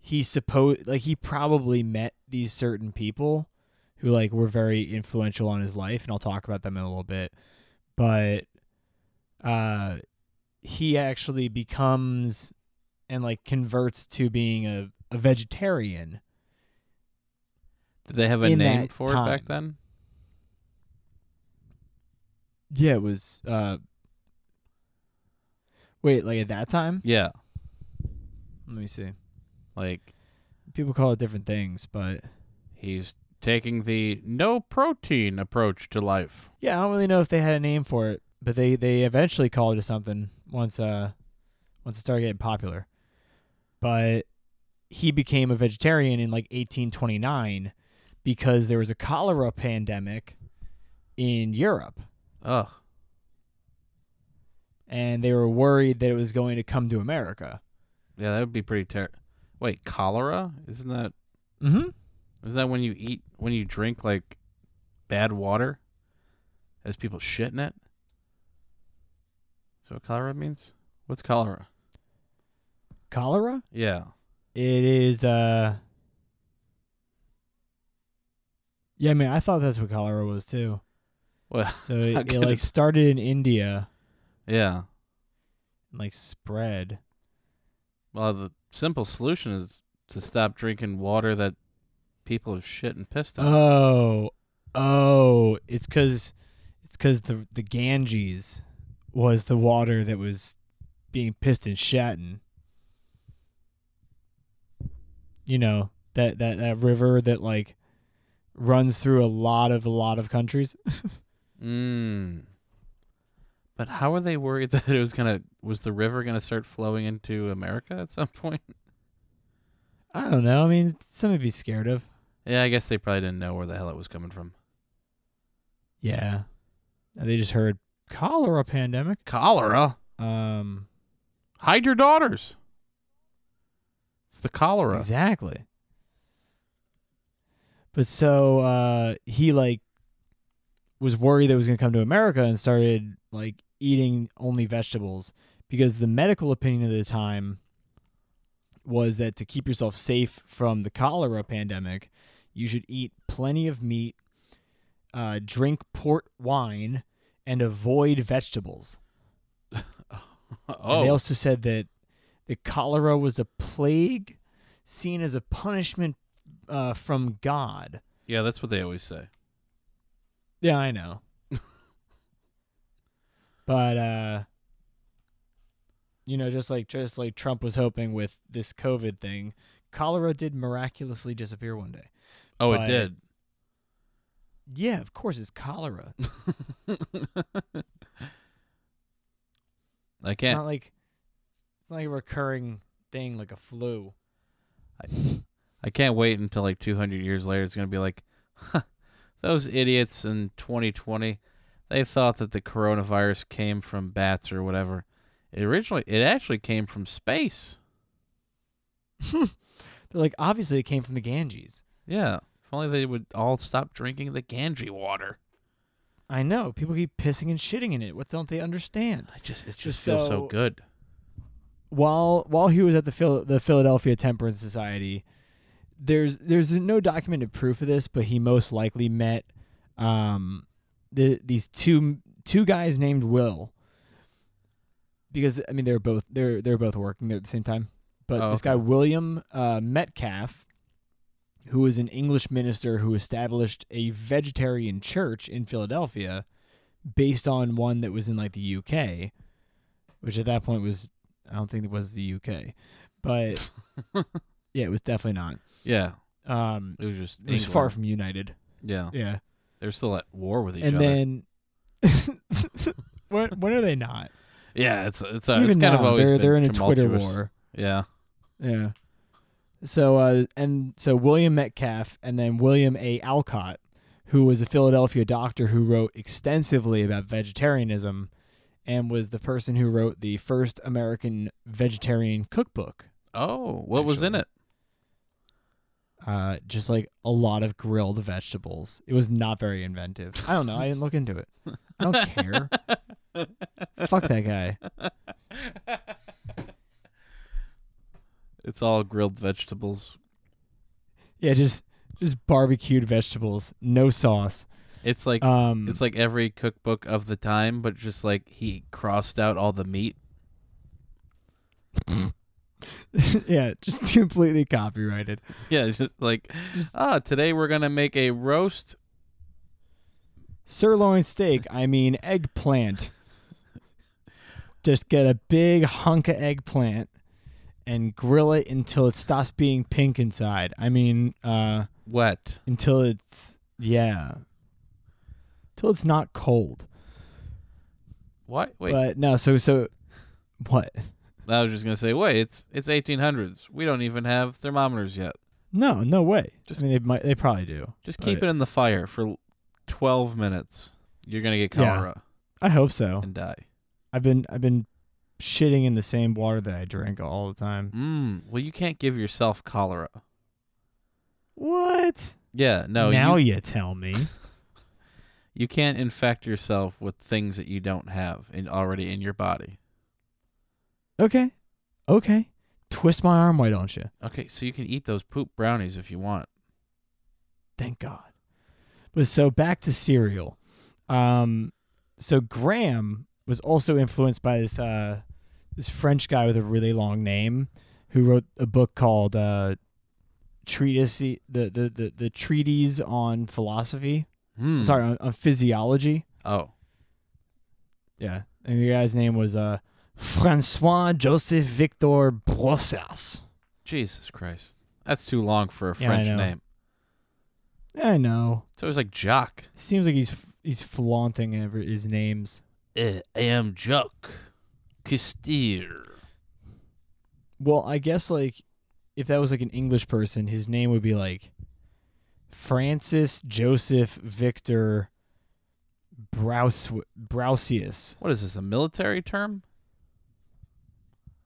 [SPEAKER 1] he supposed like he probably met these certain people who like were very influential on his life and I'll talk about them in a little bit. But uh he actually becomes and like converts to being a, a vegetarian.
[SPEAKER 2] Did they have a
[SPEAKER 1] In
[SPEAKER 2] name
[SPEAKER 1] that
[SPEAKER 2] for it back then?
[SPEAKER 1] Yeah, it was uh Wait, like at that time?
[SPEAKER 2] Yeah.
[SPEAKER 1] Let me see.
[SPEAKER 2] Like
[SPEAKER 1] people call it different things, but
[SPEAKER 2] he's taking the no protein approach to life.
[SPEAKER 1] yeah, I don't really know if they had a name for it, but they they eventually called it something once uh once it started getting popular. But he became a vegetarian in like 1829 because there was a cholera pandemic in Europe
[SPEAKER 2] Ugh.
[SPEAKER 1] and they were worried that it was going to come to America.
[SPEAKER 2] Yeah, that would be pretty ter Wait, cholera? Isn't that
[SPEAKER 1] Mhm.
[SPEAKER 2] Is that when you eat when you drink like bad water? As people shit in it? Is that what cholera means? What's cholera?
[SPEAKER 1] Cholera?
[SPEAKER 2] Yeah.
[SPEAKER 1] It is uh Yeah, man, I thought that's what cholera was too.
[SPEAKER 2] Well
[SPEAKER 1] So
[SPEAKER 2] How
[SPEAKER 1] it, it
[SPEAKER 2] could
[SPEAKER 1] like
[SPEAKER 2] it-
[SPEAKER 1] started in India
[SPEAKER 2] yeah.
[SPEAKER 1] and like spread.
[SPEAKER 2] Well the simple solution is to stop drinking water that people have shit and pissed on.
[SPEAKER 1] Oh, oh, it's because it's because the the Ganges was the water that was being pissed and shat in. You know that that that river that like runs through a lot of a lot of countries.
[SPEAKER 2] Mm. But how were they worried that it was gonna was the river gonna start flowing into America at some point?
[SPEAKER 1] I don't know. I mean, it's something to be scared of.
[SPEAKER 2] Yeah, I guess they probably didn't know where the hell it was coming from.
[SPEAKER 1] Yeah, they just heard cholera pandemic.
[SPEAKER 2] Cholera?
[SPEAKER 1] Um,
[SPEAKER 2] Hide your daughters. It's the cholera.
[SPEAKER 1] Exactly. But so uh, he like was worried that it was going to come to America and started like eating only vegetables because the medical opinion of the time was that to keep yourself safe from the cholera pandemic, you should eat plenty of meat, uh, drink port wine, and avoid vegetables. And they
[SPEAKER 2] Oh,
[SPEAKER 1] also said that the cholera was a plague seen as a punishment uh, from God.
[SPEAKER 2] yeah, that's what they always say.
[SPEAKER 1] Yeah, I know. but uh you know, just like just like Trump was hoping with this COVID thing, cholera did miraculously disappear one day.
[SPEAKER 2] Oh,
[SPEAKER 1] But-
[SPEAKER 2] it did.
[SPEAKER 1] Yeah, of course it's cholera. It's
[SPEAKER 2] I can't.
[SPEAKER 1] not like it's not like a recurring thing like a flu.
[SPEAKER 2] I can't wait until like 200 years later. It's gonna be like, huh, those idiots in 2020, they thought that the coronavirus came from bats or whatever. It originally, it actually came from space.
[SPEAKER 1] They're like obviously it came from the Ganges.
[SPEAKER 2] Yeah. If only they would all stop drinking the Ganges water.
[SPEAKER 1] I know people keep pissing and shitting in it. What don't they understand?
[SPEAKER 2] I just it just feels so
[SPEAKER 1] So-
[SPEAKER 2] good.
[SPEAKER 1] While while he was at the Phil- the Philadelphia Temperance Society, there's there's no documented proof of this, but he most likely met um, the these two two guys named Will. Because I mean, they're both they're they're both working there at the same time. But
[SPEAKER 2] Oh,
[SPEAKER 1] this
[SPEAKER 2] okay.
[SPEAKER 1] guy William uh, Metcalf, who was an English minister who established a vegetarian church in Philadelphia, based on one that was in like the UK, which at that point was I don't think it was the UK, but yeah, it was definitely not.
[SPEAKER 2] Yeah,
[SPEAKER 1] Um,
[SPEAKER 2] it was just
[SPEAKER 1] it was
[SPEAKER 2] England.
[SPEAKER 1] far from united.
[SPEAKER 2] Yeah,
[SPEAKER 1] Yeah.
[SPEAKER 2] they're still at war with each
[SPEAKER 1] and
[SPEAKER 2] other.
[SPEAKER 1] then when when are they not?
[SPEAKER 2] yeah, it's it's, uh,
[SPEAKER 1] Even
[SPEAKER 2] it's kind
[SPEAKER 1] now,
[SPEAKER 2] of always
[SPEAKER 1] they're
[SPEAKER 2] been
[SPEAKER 1] they're in a Twitter
[SPEAKER 2] tumultuous.
[SPEAKER 1] war.
[SPEAKER 2] Yeah,
[SPEAKER 1] Yeah. So uh, and so William Metcalf and then William A. Alcott, who was a Philadelphia doctor who wrote extensively about vegetarianism, and was the person who wrote the first American vegetarian cookbook.
[SPEAKER 2] Oh, what was in it?
[SPEAKER 1] Actually. Uh, just like a lot of grilled vegetables. It was not very inventive. I don't know. I didn't look into it. I don't care. Fuck that guy.
[SPEAKER 2] It's all grilled vegetables.
[SPEAKER 1] Yeah, just just barbecued vegetables, no sauce.
[SPEAKER 2] It's like
[SPEAKER 1] Um,
[SPEAKER 2] it's like every cookbook of the time, but just like he crossed out all the meat.
[SPEAKER 1] yeah, just completely copyrighted.
[SPEAKER 2] Yeah, it's just like ah, today we're gonna make a roast.
[SPEAKER 1] Sirloin steak, I mean eggplant. just get a big hunk of eggplant and grill it until it stops being pink inside. I mean, uh,
[SPEAKER 2] What?
[SPEAKER 1] until it's yeah, until it's not cold.
[SPEAKER 2] What? Wait,
[SPEAKER 1] But no, so so what?
[SPEAKER 2] I was just gonna say, wait, it's it's 1800s. We don't even have thermometers yet.
[SPEAKER 1] No, no way.
[SPEAKER 2] Just-
[SPEAKER 1] I mean, they might they probably do.
[SPEAKER 2] Just
[SPEAKER 1] But-
[SPEAKER 2] keep it in the fire for 12 minutes. You're gonna get
[SPEAKER 1] Yeah.
[SPEAKER 2] cholera
[SPEAKER 1] I hope so.
[SPEAKER 2] and die.
[SPEAKER 1] I've been I've been shitting in the same water that I drink all the time.
[SPEAKER 2] Mm, well, you can't give yourself cholera.
[SPEAKER 1] What?
[SPEAKER 2] Yeah, no.
[SPEAKER 1] now
[SPEAKER 2] you,
[SPEAKER 1] you tell me.
[SPEAKER 2] you can't infect yourself with things that you don't have in, already in your body.
[SPEAKER 1] Okay. Okay. Twist my arm, why don't you?
[SPEAKER 2] Okay, so you can eat those poop brownies if you want.
[SPEAKER 1] Thank God. But so back to cereal. Um so Graham was also influenced by this uh this French guy with a really long name who wrote a book called uh Treatise the the the, the treatise on philosophy.
[SPEAKER 2] Hmm.
[SPEAKER 1] Sorry, on, on physiology.
[SPEAKER 2] Oh,
[SPEAKER 1] Yeah. And the guy's name was uh Francois Joseph Victor Brossas.
[SPEAKER 2] Jesus Christ. That's too long for a
[SPEAKER 1] Yeah, I
[SPEAKER 2] French
[SPEAKER 1] know.
[SPEAKER 2] name.
[SPEAKER 1] I know.
[SPEAKER 2] It's always like Jock.
[SPEAKER 1] Seems like he's he's flaunting ever his names.
[SPEAKER 2] Eh, I am Jock Castille.
[SPEAKER 1] Well, I guess like if that was like an English person, his name would be like Francis Joseph Victor Brous Brousius.
[SPEAKER 2] What is this, a military term?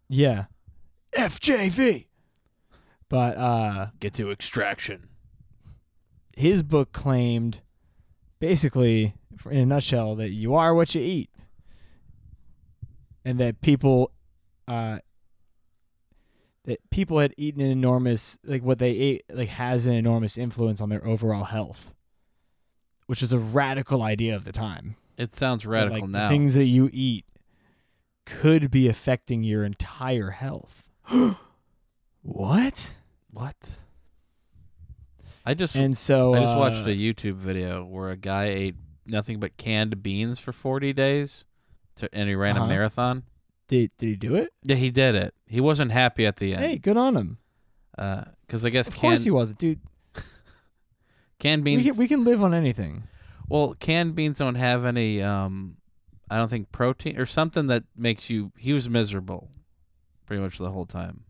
[SPEAKER 1] Yeah. FJV. But uh
[SPEAKER 2] Get to extraction.
[SPEAKER 1] his book claimed basically in a nutshell that you are what you eat and that people uh that people had eaten an enormous like what they ate like has an enormous influence on their overall health which was a radical idea of the time
[SPEAKER 2] It sounds
[SPEAKER 1] That,
[SPEAKER 2] radical
[SPEAKER 1] like, the
[SPEAKER 2] now.
[SPEAKER 1] things that you eat could be affecting your entire health what
[SPEAKER 2] what? I just
[SPEAKER 1] and so
[SPEAKER 2] I just
[SPEAKER 1] uh,
[SPEAKER 2] watched a YouTube video where a guy ate nothing but canned beans for 40 days to, and he ran a
[SPEAKER 1] Uh-huh.
[SPEAKER 2] marathon.
[SPEAKER 1] did, did he do it
[SPEAKER 2] Yeah, he did it. He wasn't happy at the
[SPEAKER 1] hey
[SPEAKER 2] end.
[SPEAKER 1] good on him
[SPEAKER 2] Because I guess
[SPEAKER 1] Of course
[SPEAKER 2] canned,
[SPEAKER 1] he wasn't, dude.
[SPEAKER 2] canned
[SPEAKER 1] We
[SPEAKER 2] beans.
[SPEAKER 1] can, we can live on anything.
[SPEAKER 2] well, canned beans don't have any, um, I don't think, protein or something that makes you. He was miserable pretty much the whole time.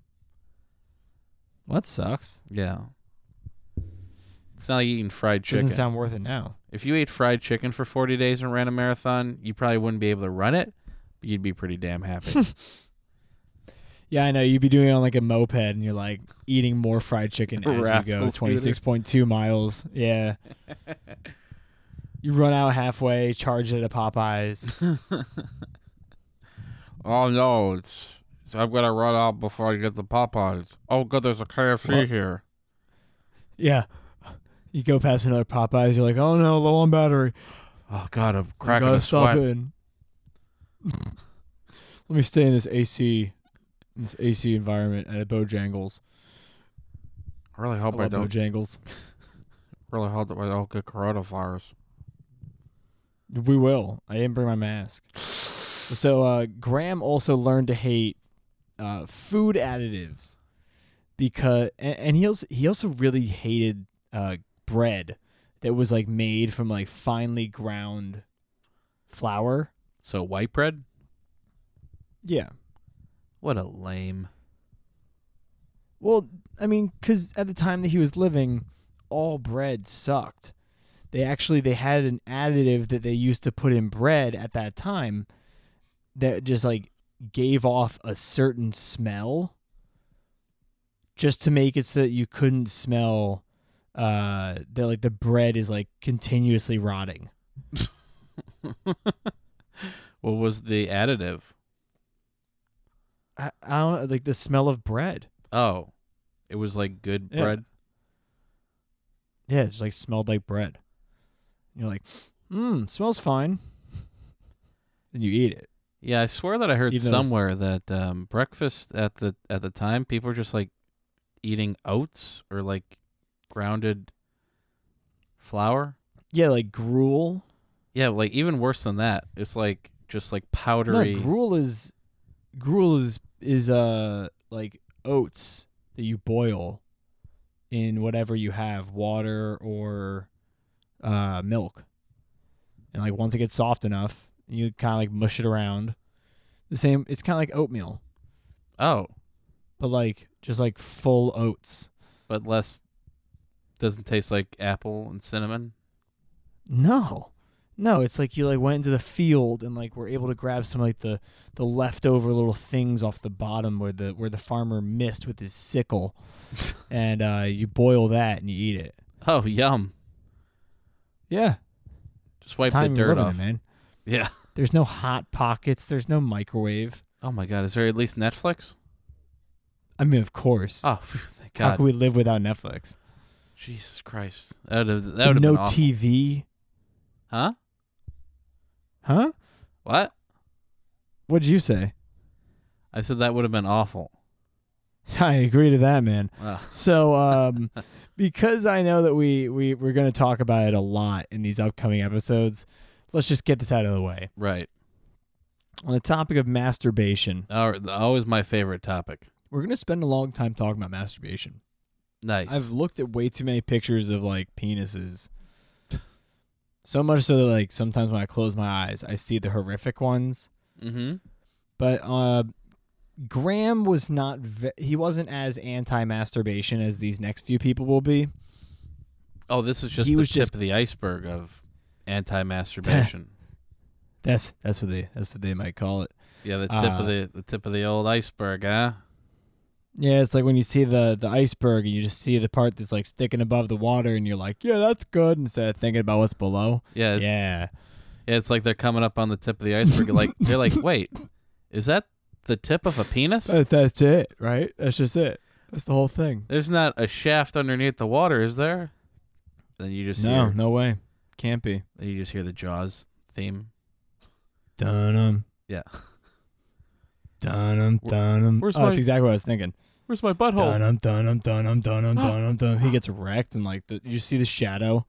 [SPEAKER 1] Well, that sucks.
[SPEAKER 2] Yeah. It's not like eating fried chicken.
[SPEAKER 1] Doesn't sound worth it now.
[SPEAKER 2] if you ate fried chicken for 40 days and ran a marathon, you probably wouldn't be able to run it, but you'd be pretty damn happy.
[SPEAKER 1] Yeah, I know. You'd be doing it on like a moped, and you're like eating more fried chicken as you
[SPEAKER 2] Rascal
[SPEAKER 1] go.
[SPEAKER 2] scooter.
[SPEAKER 1] Twenty six point two miles. Yeah. You run out halfway, charge it at Popeyes.
[SPEAKER 2] oh no, it's, it's- I'm gonna run out before I get the Popeyes. Oh good, there's a KFC
[SPEAKER 1] What?
[SPEAKER 2] here.
[SPEAKER 1] yeah. You go past another Popeyes, you're like, oh no, low on battery.
[SPEAKER 2] Oh god, I'm
[SPEAKER 1] I
[SPEAKER 2] cracking
[SPEAKER 1] gotta
[SPEAKER 2] a
[SPEAKER 1] stop
[SPEAKER 2] sweat.
[SPEAKER 1] in. Let me stay in this AC, in this AC environment at Bojangles.
[SPEAKER 2] I really
[SPEAKER 1] I
[SPEAKER 2] hope I,
[SPEAKER 1] love
[SPEAKER 2] don't.
[SPEAKER 1] Bojangles.
[SPEAKER 2] Really hope that I don't get coronavirus.
[SPEAKER 1] We will. I didn't bring my mask. So uh, Graham also learned to hate uh, food additives because, and, and he also he also really hated uh, bread that was like made from like finely ground flour.
[SPEAKER 2] So white bread?
[SPEAKER 1] Yeah.
[SPEAKER 2] What a lame.
[SPEAKER 1] Well, I mean, because at the time that he was living, all bread sucked. They actually they had an additive that they used to put in bread at that time that just like gave off a certain smell just to make it so that you couldn't smell uh that like the bread is like continuously rotting.
[SPEAKER 2] What was the additive?
[SPEAKER 1] I, I don't know, like the smell of bread.
[SPEAKER 2] Oh, it was like good
[SPEAKER 1] Yeah.
[SPEAKER 2] bread.
[SPEAKER 1] Yeah, it's like smelled like bread. You're like, mmm, smells fine. And you eat it.
[SPEAKER 2] Yeah, I swear that I heard
[SPEAKER 1] Even though it's-
[SPEAKER 2] somewhere that um, breakfast at the at the time people were just like eating oats or like grounded flour.
[SPEAKER 1] Yeah, like gruel.
[SPEAKER 2] Yeah, like even worse than that. It's like just like
[SPEAKER 1] No,
[SPEAKER 2] powdery.
[SPEAKER 1] gruel is gruel is is uh like oats that you boil in whatever you have, water or uh milk. And like once it gets soft enough, you kind of like mush it around. The same it's kind of like oatmeal,
[SPEAKER 2] oh,
[SPEAKER 1] but like just like full oats.
[SPEAKER 2] but less doesn't taste like apple and cinnamon.
[SPEAKER 1] No. No, it's like you like went into the field and like were able to grab some like the the leftover little things off the bottom where the where the farmer missed with his sickle, and uh, you boil that and you eat it.
[SPEAKER 2] Oh, yum.
[SPEAKER 1] Yeah,
[SPEAKER 2] Just wipe the
[SPEAKER 1] time you're
[SPEAKER 2] dirt
[SPEAKER 1] living
[SPEAKER 2] off.
[SPEAKER 1] it, man.
[SPEAKER 2] Yeah.
[SPEAKER 1] There's no hot pockets. There's no microwave.
[SPEAKER 2] Oh my god, is there at least Netflix?
[SPEAKER 1] I mean, of course.
[SPEAKER 2] Oh, phew, thank
[SPEAKER 1] How
[SPEAKER 2] god.
[SPEAKER 1] could we live without Netflix?
[SPEAKER 2] Jesus Christ. That would have that would have
[SPEAKER 1] no
[SPEAKER 2] been awful.
[SPEAKER 1] TV,
[SPEAKER 2] Huh?
[SPEAKER 1] huh?
[SPEAKER 2] What?
[SPEAKER 1] What'd you say?
[SPEAKER 2] I said that would have been awful.
[SPEAKER 1] I agree to that, man.
[SPEAKER 2] Ugh.
[SPEAKER 1] So, um, because I know that we, we, we're going to talk about it a lot in these upcoming episodes, let's just get this out of the way.
[SPEAKER 2] Right.
[SPEAKER 1] On the topic of masturbation,
[SPEAKER 2] All right. Always my favorite topic.
[SPEAKER 1] we're going to spend a long time talking about masturbation.
[SPEAKER 2] Nice.
[SPEAKER 1] I've looked at way too many pictures of like penises. So much so that like sometimes when I close my eyes, I see the horrific ones.
[SPEAKER 2] mm-hmm.
[SPEAKER 1] But uh, Graham was not ve- he wasn't as anti-masturbation as these next few people will be.
[SPEAKER 2] Oh, this is just
[SPEAKER 1] He
[SPEAKER 2] the
[SPEAKER 1] was
[SPEAKER 2] tip
[SPEAKER 1] just-
[SPEAKER 2] of the iceberg of anti-masturbation.
[SPEAKER 1] That's that's what they that's what they might call it.
[SPEAKER 2] yeah, the tip
[SPEAKER 1] Uh,
[SPEAKER 2] of the the tip of the old iceberg, huh?
[SPEAKER 1] Yeah, it's like when you see the the iceberg and you just see the part that's like sticking above the water, and you're like, yeah, that's good, instead of thinking about what's below.
[SPEAKER 2] Yeah, yeah.
[SPEAKER 1] Yeah,
[SPEAKER 2] It's like they're coming up on the tip of the iceberg. like they're like, wait, is that the tip of a penis?
[SPEAKER 1] That- that's it, right? That's just it. That's the whole thing.
[SPEAKER 2] There's not a shaft underneath the water, is there? Then you just
[SPEAKER 1] No,
[SPEAKER 2] hear,
[SPEAKER 1] no way, can't be.
[SPEAKER 2] then you just hear the Jaws theme.
[SPEAKER 1] Dunham.
[SPEAKER 2] Yeah.
[SPEAKER 1] Dunham, Dunham.
[SPEAKER 2] where's
[SPEAKER 1] oh, that's
[SPEAKER 2] my-
[SPEAKER 1] exactly what I was thinking.
[SPEAKER 2] Where's my butthole?
[SPEAKER 1] Dunham, Dunham, Dunham, Dunham, Dunham, Dunham. He gets wrecked, and like, the, you see the shadow.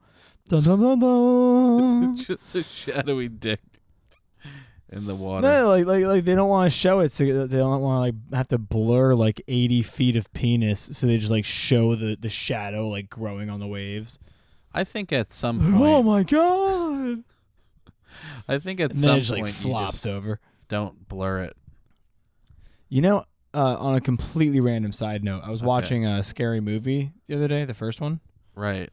[SPEAKER 1] Dun, dun, dun, dun.
[SPEAKER 2] It's just a shadowy dick in the water.
[SPEAKER 1] No, like like like they don't want to show it, so they don't want to like have to blur like eighty feet of penis, so they just like show the the shadow like growing on the waves.
[SPEAKER 2] I think at some
[SPEAKER 1] Oh
[SPEAKER 2] point,
[SPEAKER 1] my god!
[SPEAKER 2] I think at
[SPEAKER 1] And
[SPEAKER 2] some
[SPEAKER 1] then it just
[SPEAKER 2] point
[SPEAKER 1] like flops
[SPEAKER 2] you just
[SPEAKER 1] over.
[SPEAKER 2] don't blur it.
[SPEAKER 1] You know, uh, on a completely random side note, I was
[SPEAKER 2] Okay.
[SPEAKER 1] watching a scary movie the other day, the first one,
[SPEAKER 2] Right.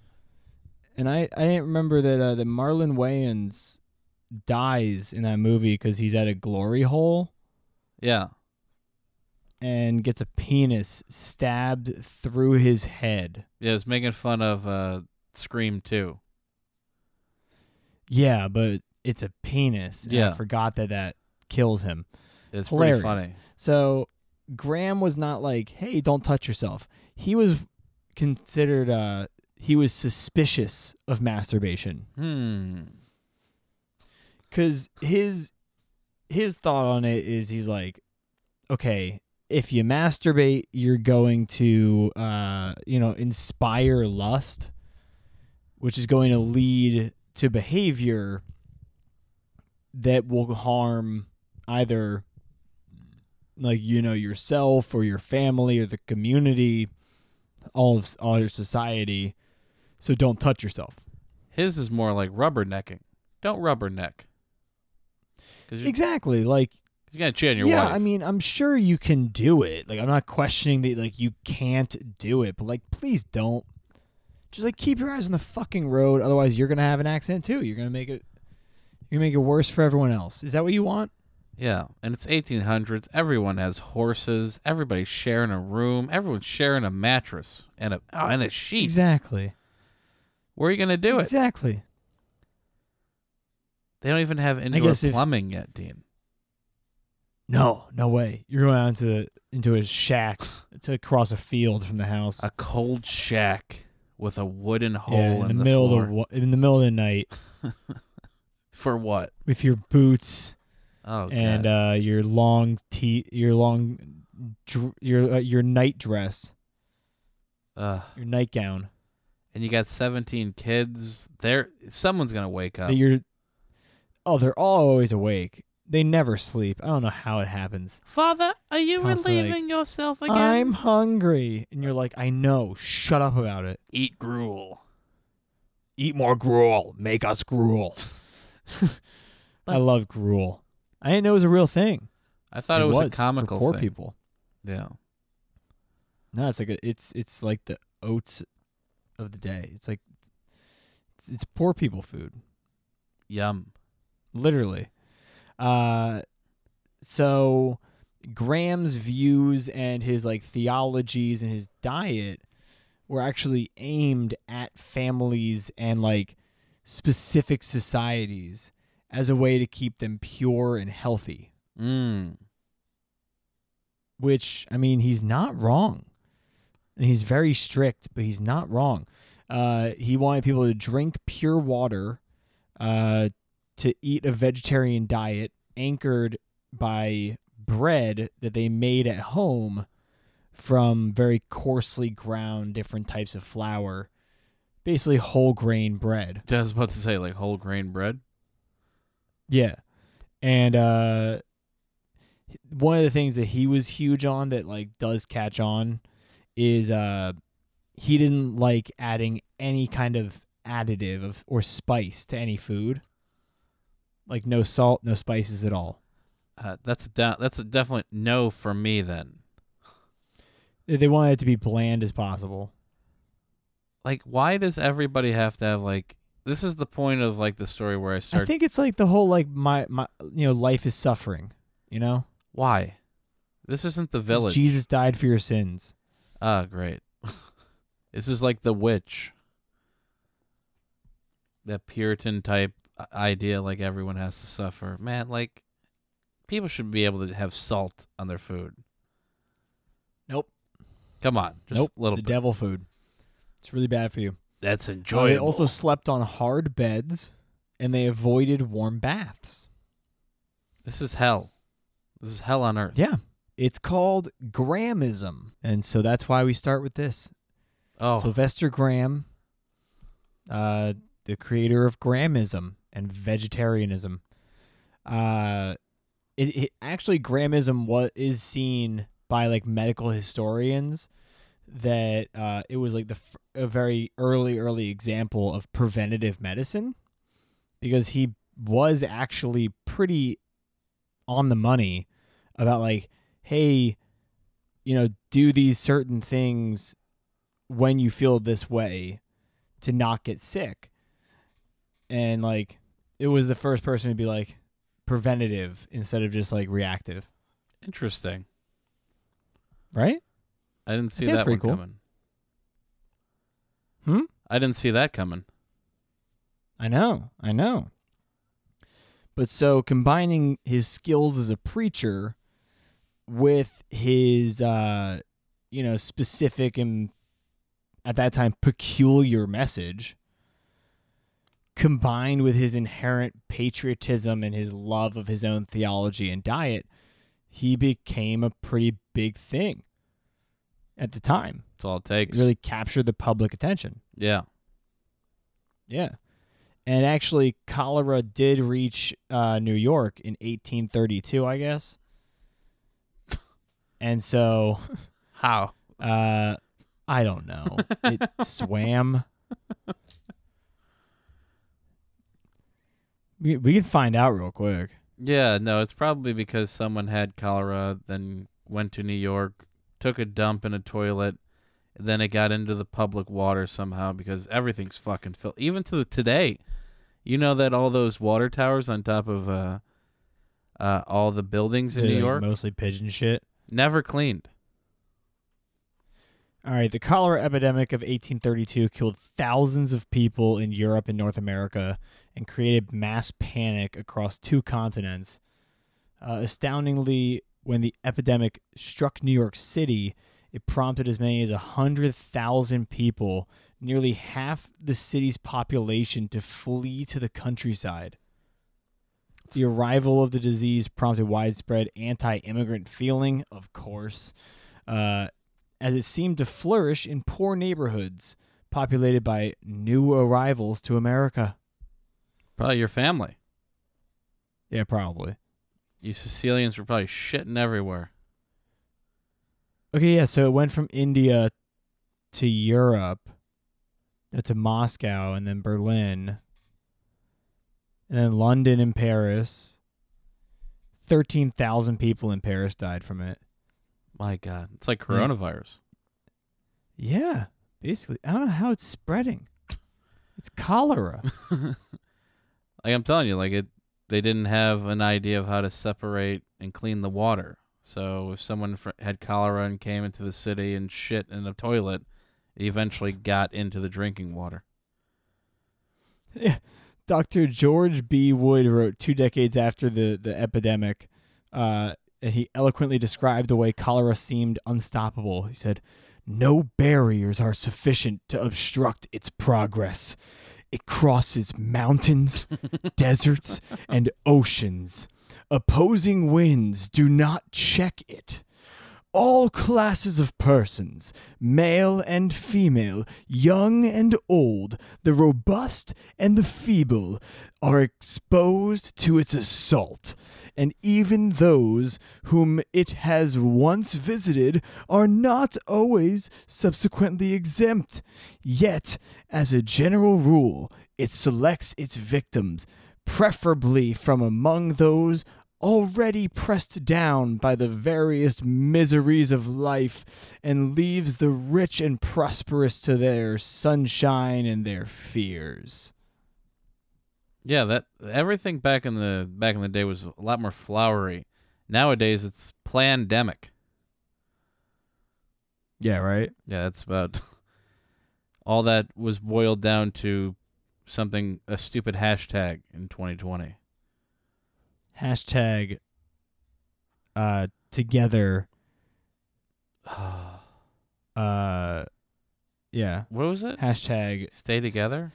[SPEAKER 1] and I I didn't remember that uh, that Marlon Wayans dies in that movie because he's at a glory hole.
[SPEAKER 2] Yeah.
[SPEAKER 1] And gets a penis stabbed through his head.
[SPEAKER 2] Yeah, it's making fun of uh Scream 2.
[SPEAKER 1] Yeah, but it's a penis. and
[SPEAKER 2] Yeah.
[SPEAKER 1] I forgot that that kills him.
[SPEAKER 2] It's
[SPEAKER 1] Hilarious.
[SPEAKER 2] pretty funny.
[SPEAKER 1] So Graham was not like, "Hey, don't touch yourself." He was considered uh he was suspicious of masturbation
[SPEAKER 2] Hmm.
[SPEAKER 1] cuz his his thought on it is he's like, "Okay, if you masturbate, you're going to uh you know, inspire lust, which is going to lead to behavior that will harm either like you know yourself or your family or the community all of all your society so don't touch yourself
[SPEAKER 2] His is more like rubbernecking. Don't rubberneck. Because you're,
[SPEAKER 1] exactly like
[SPEAKER 2] you're going to cheat on your
[SPEAKER 1] yeah
[SPEAKER 2] wife.
[SPEAKER 1] i mean i'm sure you can do it like i'm not questioning that like you can't do it but like please don't just like keep your eyes on the fucking road otherwise you're gonna have an accident too you're gonna make it you're gonna make it worse for everyone else is that what you want
[SPEAKER 2] yeah. And it's 1800s. Everyone has horses. Everybody's sharing a room. Everyone's sharing a mattress and a,
[SPEAKER 1] Uh,
[SPEAKER 2] oh, and a sheet.
[SPEAKER 1] exactly
[SPEAKER 2] Where are you going to do it?
[SPEAKER 1] exactly
[SPEAKER 2] They don't even have indoor
[SPEAKER 1] guess if-
[SPEAKER 2] plumbing yet, Dean.
[SPEAKER 1] no no way you're going out into into a shack to cross a field from the house
[SPEAKER 2] A cold shack with a wooden hole
[SPEAKER 1] Yeah,
[SPEAKER 2] in,
[SPEAKER 1] the, middle
[SPEAKER 2] floor.
[SPEAKER 1] of wa- in the middle of the night
[SPEAKER 2] For what?
[SPEAKER 1] with your boots
[SPEAKER 2] Oh,
[SPEAKER 1] and
[SPEAKER 2] God.
[SPEAKER 1] uh, your long tee, your long, dr- your uh, your night dress,
[SPEAKER 2] Ugh.
[SPEAKER 1] your nightgown.
[SPEAKER 2] and you got 17 kids. There, someone's gonna wake up.
[SPEAKER 1] That you're, oh, they're all always awake. They never sleep. I don't know how it happens.
[SPEAKER 2] Father, are you
[SPEAKER 1] Constantly like,
[SPEAKER 2] relieving yourself again?
[SPEAKER 1] I'm hungry, and you're like, I know. Shut up about it.
[SPEAKER 2] Eat gruel.
[SPEAKER 1] Eat more gruel. Make us gruel. I
[SPEAKER 2] But-
[SPEAKER 1] love gruel. I didn't know it was a real thing.
[SPEAKER 2] I thought it, was, a comical
[SPEAKER 1] for poor
[SPEAKER 2] thing.
[SPEAKER 1] people.
[SPEAKER 2] Yeah,
[SPEAKER 1] No, it's like a, it's it's like the oats of the day. It's like it's, it's poor people food,
[SPEAKER 2] yum.
[SPEAKER 1] literally. Uh, so Graham's views and his like theologies and his diet were actually aimed at families and like specific societies as a way to keep them pure and healthy.
[SPEAKER 2] Mm.
[SPEAKER 1] which I mean, he's not wrong. And he's very strict, but he's not wrong. Uh, he wanted people to drink pure water, uh, to eat a vegetarian diet anchored by bread that they made at home from very coarsely ground different types of flour, basically whole grain bread.
[SPEAKER 2] I was about to say like whole grain bread.
[SPEAKER 1] Yeah. And uh one of the things that he was huge on that like does catch on is uh he didn't like adding any kind of additive of, or spice to any food. Like no salt, no spices at all.
[SPEAKER 2] Uh, that's a da- that's a definite no for me then.
[SPEAKER 1] They- They wanted it to be bland as possible.
[SPEAKER 2] Like, why does everybody have to have like? This is the point of like the story where I start.
[SPEAKER 1] I think it's like the whole like my my you know life is suffering, you know?
[SPEAKER 2] why? This isn't the
[SPEAKER 1] 'Cause
[SPEAKER 2] village.
[SPEAKER 1] Jesus died for your sins.
[SPEAKER 2] Ah, great. this is like the witch. That Puritan type i- idea, like everyone has to suffer. Man, like people should be able to have salt on their food.
[SPEAKER 1] Nope.
[SPEAKER 2] Come on, just
[SPEAKER 1] nope,
[SPEAKER 2] a little
[SPEAKER 1] it's a
[SPEAKER 2] bit.
[SPEAKER 1] devil food. It's really bad for you.
[SPEAKER 2] That's
[SPEAKER 1] Uh,
[SPEAKER 2] enjoyable.
[SPEAKER 1] They also slept on hard beds and they avoided warm baths.
[SPEAKER 2] this is hell. This is hell on earth.
[SPEAKER 1] Yeah. It's called Grahamism. And so that's why we start with this.
[SPEAKER 2] Oh,
[SPEAKER 1] Sylvester Graham, uh, the creator of Grahamism and vegetarianism. Uh, it, it- actually Grahamism was is seen by like medical historians that uh, it was like the f- a very early early example of preventative medicine because he was actually pretty on the money about like hey you know do these certain things when you feel this way to not get sick. And like it was the first person to be like preventative instead of just like reactive,
[SPEAKER 2] interesting.
[SPEAKER 1] right?
[SPEAKER 2] I didn't see
[SPEAKER 1] think that's
[SPEAKER 2] that one
[SPEAKER 1] pretty cool.
[SPEAKER 2] coming.
[SPEAKER 1] Hmm?
[SPEAKER 2] I didn't see that coming.
[SPEAKER 1] I know. I know. But so combining his skills as a preacher with his, uh, you know, specific and at that time peculiar message, combined with his inherent patriotism and his love of his own theology and diet, he became a pretty big thing at the time.
[SPEAKER 2] That's all
[SPEAKER 1] It
[SPEAKER 2] it takes.
[SPEAKER 1] really captured the public attention.
[SPEAKER 2] yeah.
[SPEAKER 1] Yeah. And actually, cholera did reach uh, New York in 1832, I guess. And so,
[SPEAKER 2] How?
[SPEAKER 1] uh, I don't know. It swam. We, we can find out real quick.
[SPEAKER 2] Yeah, no, it's probably because someone had cholera, then went to New York, took a dump in a toilet, then it got into the public water somehow because everything's fucking filled. Even to the, today, you know that all those water towers on top of uh, uh, all the buildings in
[SPEAKER 1] They're,
[SPEAKER 2] New
[SPEAKER 1] like,
[SPEAKER 2] York
[SPEAKER 1] Mostly pigeon shit.
[SPEAKER 2] never cleaned.
[SPEAKER 1] All right, the cholera epidemic of 1832 killed thousands of people in Europe and North America and created mass panic across two continents. Uh, astoundingly, when the epidemic struck New York City, it prompted as many as 100,000 people, nearly half the city's population, to flee to the countryside. The arrival of the disease prompted widespread anti immigrant feeling, of course. Uh, as it seemed to flourish in poor neighborhoods populated by new arrivals to America.
[SPEAKER 2] Probably your family.
[SPEAKER 1] Yeah, probably.
[SPEAKER 2] You Sicilians were probably shitting everywhere.
[SPEAKER 1] Okay, yeah, so it went from India to Europe, uh, to Moscow, and then Berlin, and then London and Paris. 13,000 people in Paris died from it.
[SPEAKER 2] My God, it's like coronavirus.
[SPEAKER 1] Yeah, basically. I don't know how it's spreading. It's cholera.
[SPEAKER 2] Like I'm telling you, like it, they didn't have an idea of how to separate and clean the water. So if someone fr- had cholera and came into the city and shit in a toilet, it eventually got into the drinking water.
[SPEAKER 1] Dr. George B. Wood wrote two decades after the, the epidemic, uh, and he eloquently described the way cholera seemed unstoppable. He said, No barriers are sufficient to obstruct its progress. It crosses mountains, deserts, and oceans. Opposing winds do not check it. All classes of persons, male and female, young and old, the robust and the feeble, are exposed to its assault, and even those whom it has once visited are not always subsequently exempt. Yet, as a general rule, it selects its victims, preferably from among those already pressed down by the various miseries of life, and leaves the rich and prosperous to their sunshine and their fears.
[SPEAKER 2] Yeah, that everything back in the back in the day was a lot more flowery. Nowadays, it's pandemic.
[SPEAKER 1] Yeah, right?
[SPEAKER 2] Yeah, that's about all that was boiled down to something a stupid hashtag in 2020.
[SPEAKER 1] Hashtag uh, together. Uh, yeah.
[SPEAKER 2] what was it?
[SPEAKER 1] Hashtag,
[SPEAKER 2] Stay together.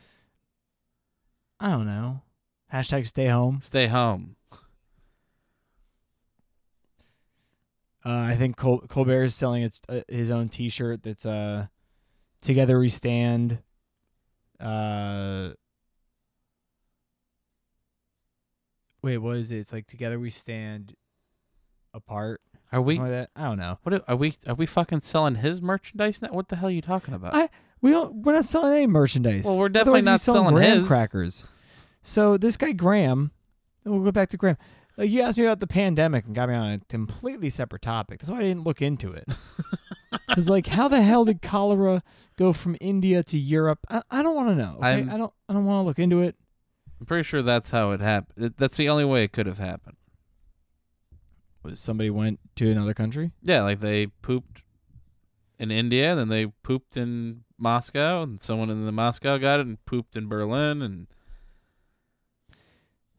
[SPEAKER 1] I don't know. Hashtag stay home.
[SPEAKER 2] Stay home.
[SPEAKER 1] Uh, I think Col- Colbert is selling its, uh, his own T-shirt that's uh, "Together We Stand." Uh, wait, what is it? It's like "Together We Stand Apart."
[SPEAKER 2] Are we?
[SPEAKER 1] something like that. I don't know.
[SPEAKER 2] What are, are we? Are we fucking selling his merchandise now? What the hell are you talking about?
[SPEAKER 1] I- We don't. We're not selling any merchandise.
[SPEAKER 2] Well, we're definitely
[SPEAKER 1] Otherwise we'd be
[SPEAKER 2] not selling
[SPEAKER 1] graham
[SPEAKER 2] his.
[SPEAKER 1] crackers. So this guy Graham, we'll go back to Graham. Like you asked me about the pandemic and got me on a completely separate topic. That's why I didn't look into it. Because like, how the hell did cholera go from India to Europe? I, I don't want to know. Okay?
[SPEAKER 2] I'm-
[SPEAKER 1] I don't. I don't want to look into it.
[SPEAKER 2] I'm pretty sure that's how it happened. That's the only way it could have happened.
[SPEAKER 1] Was somebody went to another country?
[SPEAKER 2] Yeah, like they pooped in India, then they pooped in Moscow, and someone in the Moscow got it and pooped in Berlin, and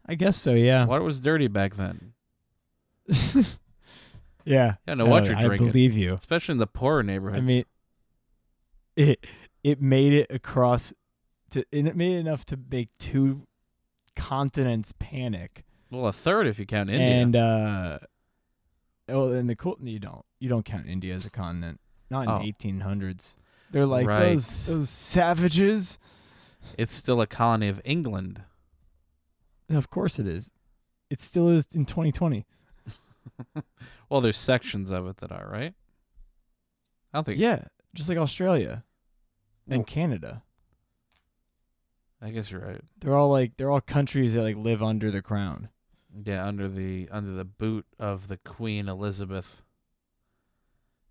[SPEAKER 1] I guess so. Yeah.
[SPEAKER 2] Water was dirty back then.
[SPEAKER 1] yeah.
[SPEAKER 2] You don't know what
[SPEAKER 1] No,
[SPEAKER 2] you're
[SPEAKER 1] I
[SPEAKER 2] drinking,
[SPEAKER 1] believe you.
[SPEAKER 2] especially in the poorer neighborhoods.
[SPEAKER 1] I mean, it it made it across to and it made it enough to make two continents panic.
[SPEAKER 2] well, a third if you count India.
[SPEAKER 1] And uh, well, and the cool you don't you don't count India as a continent. Not
[SPEAKER 2] Oh.
[SPEAKER 1] in eighteen hundreds. They're like
[SPEAKER 2] Right.
[SPEAKER 1] those those savages.
[SPEAKER 2] it's still a colony of England.
[SPEAKER 1] And of course it is. It still is in twenty twenty.
[SPEAKER 2] Well, there's sections of it that are right. I don't think.
[SPEAKER 1] Yeah, just like Australia
[SPEAKER 2] Well-
[SPEAKER 1] and Canada.
[SPEAKER 2] I guess you're right.
[SPEAKER 1] They're all like they're all countries that like live under the crown.
[SPEAKER 2] Yeah, under the under the boot of the Queen Elizabeth.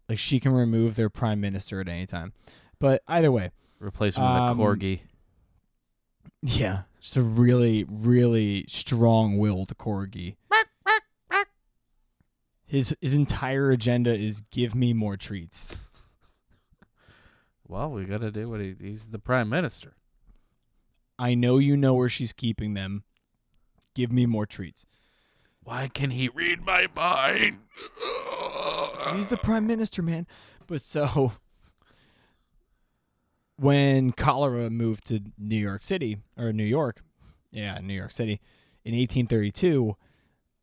[SPEAKER 1] Like she can remove their prime minister at any time. But either way,
[SPEAKER 2] Replacement
[SPEAKER 1] Um,
[SPEAKER 2] with a corgi.
[SPEAKER 1] yeah, just a really really strong-willed corgi. His his entire agenda is give me more treats.
[SPEAKER 2] Well, we got to do what he, he's the prime minister.
[SPEAKER 1] I know you know where she's keeping them. Give me more treats.
[SPEAKER 2] Why can he read my mind?
[SPEAKER 1] She's the prime minister, man. But so when cholera moved to New York City or New York, yeah, New York City in 1832,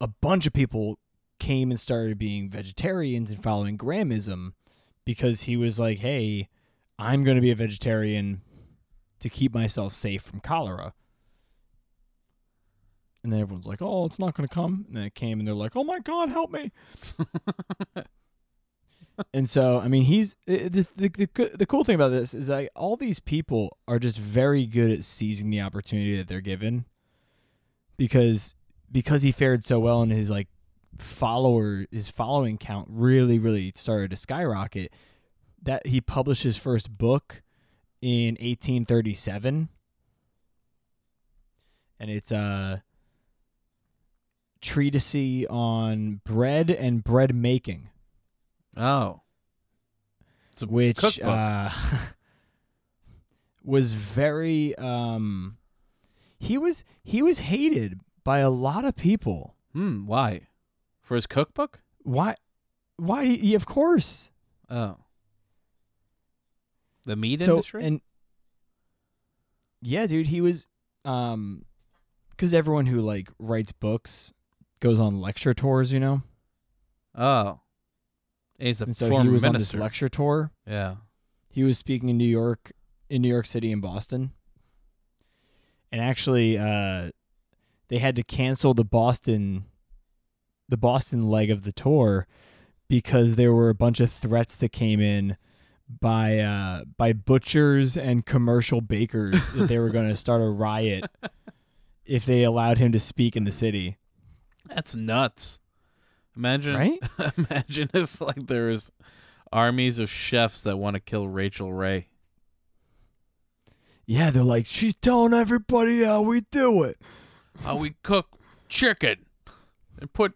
[SPEAKER 1] a bunch of people came and started being vegetarians and following Grahamism because he was like, "Hey, I'm going to be a vegetarian to keep myself safe from cholera." And then everyone's like, "Oh, it's not going to come." And then it came, and they're like, "Oh my God, help me!" And so, I mean, he's it- the the, the coo- the cool thing about this is like all these people are just very good at seizing the opportunity that they're given, because because he fared so well and his like follower his following count really really started to skyrocket. That he published his first book in 1837, and it's a treatise on bread and bread making
[SPEAKER 2] Oh, it's a
[SPEAKER 1] which
[SPEAKER 2] cookbook.
[SPEAKER 1] uh, was very um, he was he was hated by a lot of people.
[SPEAKER 2] hmm. Why? For his cookbook?
[SPEAKER 1] Why? Why? yeah, Of course.
[SPEAKER 2] Oh. The meat
[SPEAKER 1] so
[SPEAKER 2] industry.
[SPEAKER 1] and yeah, dude, he was um, because everyone who like writes books goes on lecture tours, you know,
[SPEAKER 2] oh. And he's a
[SPEAKER 1] and so
[SPEAKER 2] former
[SPEAKER 1] he was on this
[SPEAKER 2] minister.
[SPEAKER 1] lecture tour.
[SPEAKER 2] yeah.
[SPEAKER 1] He was speaking in New York, in New York City and Boston. And actually, uh, they had to cancel the Boston, the Boston leg of the tour, because there were a bunch of threats that came in by uh, by butchers and commercial bakers that they were going to start a riot if they allowed him to speak in the city.
[SPEAKER 2] That's nuts. Imagine,
[SPEAKER 1] Right?
[SPEAKER 2] imagine if like there was armies of chefs that want to kill Rachel Ray.
[SPEAKER 1] Yeah, they're like, she's telling everybody how we do it.
[SPEAKER 2] How we cook chicken and put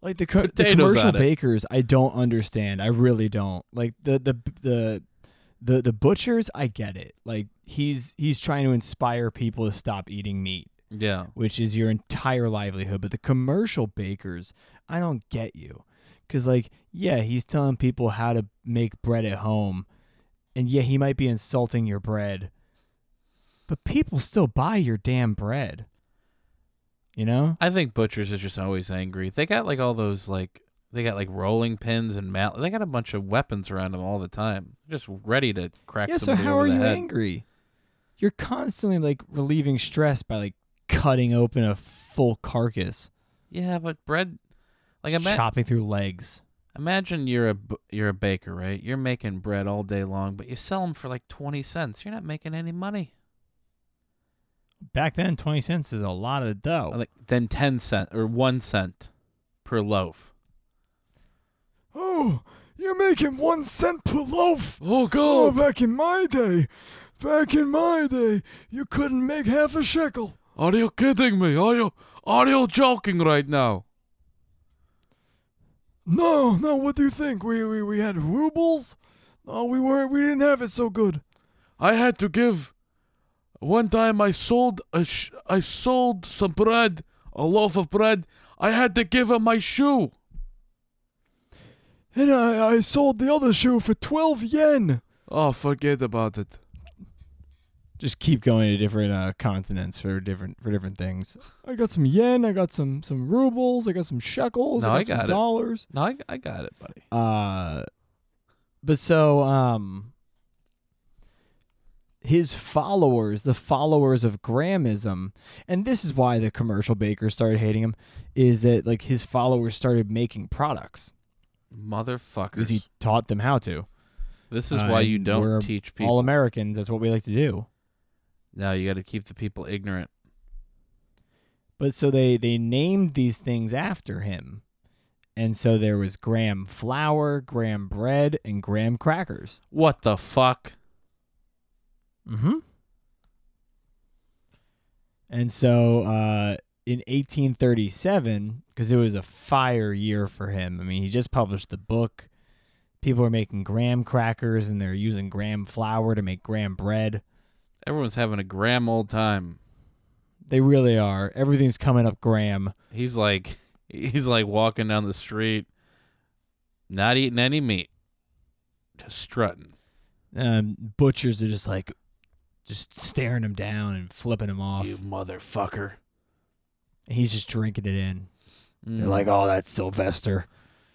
[SPEAKER 1] Like the, co- the
[SPEAKER 2] Potatoes
[SPEAKER 1] commercial
[SPEAKER 2] at it.
[SPEAKER 1] bakers, I don't understand. I really don't. Like the the the the the butchers, I get it. Like he's he's trying to inspire people to stop eating meat,
[SPEAKER 2] yeah.
[SPEAKER 1] which is your entire livelihood. But the commercial bakers, I don't get you, because like yeah, he's telling people how to make bread at home, and yeah, he might be insulting your bread, but people still buy your damn bread. You know?
[SPEAKER 2] I think butchers is just always angry. They got like all those like they got like rolling pins and mallet. They got a bunch of weapons around them all the time, just ready to crack
[SPEAKER 1] Yeah, so
[SPEAKER 2] somebody
[SPEAKER 1] how
[SPEAKER 2] over
[SPEAKER 1] are
[SPEAKER 2] the
[SPEAKER 1] you
[SPEAKER 2] head.
[SPEAKER 1] angry? You're constantly like relieving stress by like cutting open a full carcass,
[SPEAKER 2] Yeah, but bread. Like
[SPEAKER 1] just
[SPEAKER 2] ima-
[SPEAKER 1] chopping through legs.
[SPEAKER 2] imagine you're a b- you're a baker, right? You're making bread all day long, but you sell them for like twenty cents. You're not making any money.
[SPEAKER 1] Back then, twenty cents is a lot of dough.
[SPEAKER 2] like then ten cent or one cent per loaf.
[SPEAKER 1] oh, you're making one cent per loaf.
[SPEAKER 2] Oh
[SPEAKER 1] back in my day, back in my day, you couldn't make half a shekel.
[SPEAKER 2] Are you kidding me? Are you are you joking right now?
[SPEAKER 1] No, no. What do you think? We we, we had rubles. No, we weren't. We didn't have it so good.
[SPEAKER 2] I had to give. One time I sold a sh- I sold some bread a loaf of bread. I had to give her my shoe.
[SPEAKER 1] And I, I sold the other shoe for 12 yen.
[SPEAKER 2] Oh, forget about it.
[SPEAKER 1] Just keep going to different uh, continents for different for different things. I got some yen, I got some some rubles, I got some shekels,
[SPEAKER 2] No,
[SPEAKER 1] I got
[SPEAKER 2] I
[SPEAKER 1] some
[SPEAKER 2] got it.
[SPEAKER 1] dollars.
[SPEAKER 2] No, I, I got it, buddy.
[SPEAKER 1] Uh but so um his followers, the followers of Grahamism, and this is why the commercial bakers started hating him, is that like his followers started making products
[SPEAKER 2] Motherfuckers.
[SPEAKER 1] because he taught them how to.
[SPEAKER 2] this is why you
[SPEAKER 1] and we're
[SPEAKER 2] don't teach people.
[SPEAKER 1] All Americans, that's what we like to do.
[SPEAKER 2] no, you got to keep the people ignorant.
[SPEAKER 1] But so they they named these things after him. And so there was graham flour, graham bread, and graham crackers.
[SPEAKER 2] What the fuck?
[SPEAKER 1] Mm-hmm. And so uh, in 1837, because it was a fire year for him, I mean, he just published the book. People are making graham crackers and they're using graham flour to make graham bread.
[SPEAKER 2] Everyone's having a gram old time.
[SPEAKER 1] They really are. Everything's coming up graham.
[SPEAKER 2] He's like, he's like walking down the street, not eating any meat, just strutting.
[SPEAKER 1] Um, butchers are just like, just staring him down and flipping him off.
[SPEAKER 2] You motherfucker.
[SPEAKER 1] And he's just drinking it in. They're
[SPEAKER 2] Mm.
[SPEAKER 1] like, oh, that's Sylvester.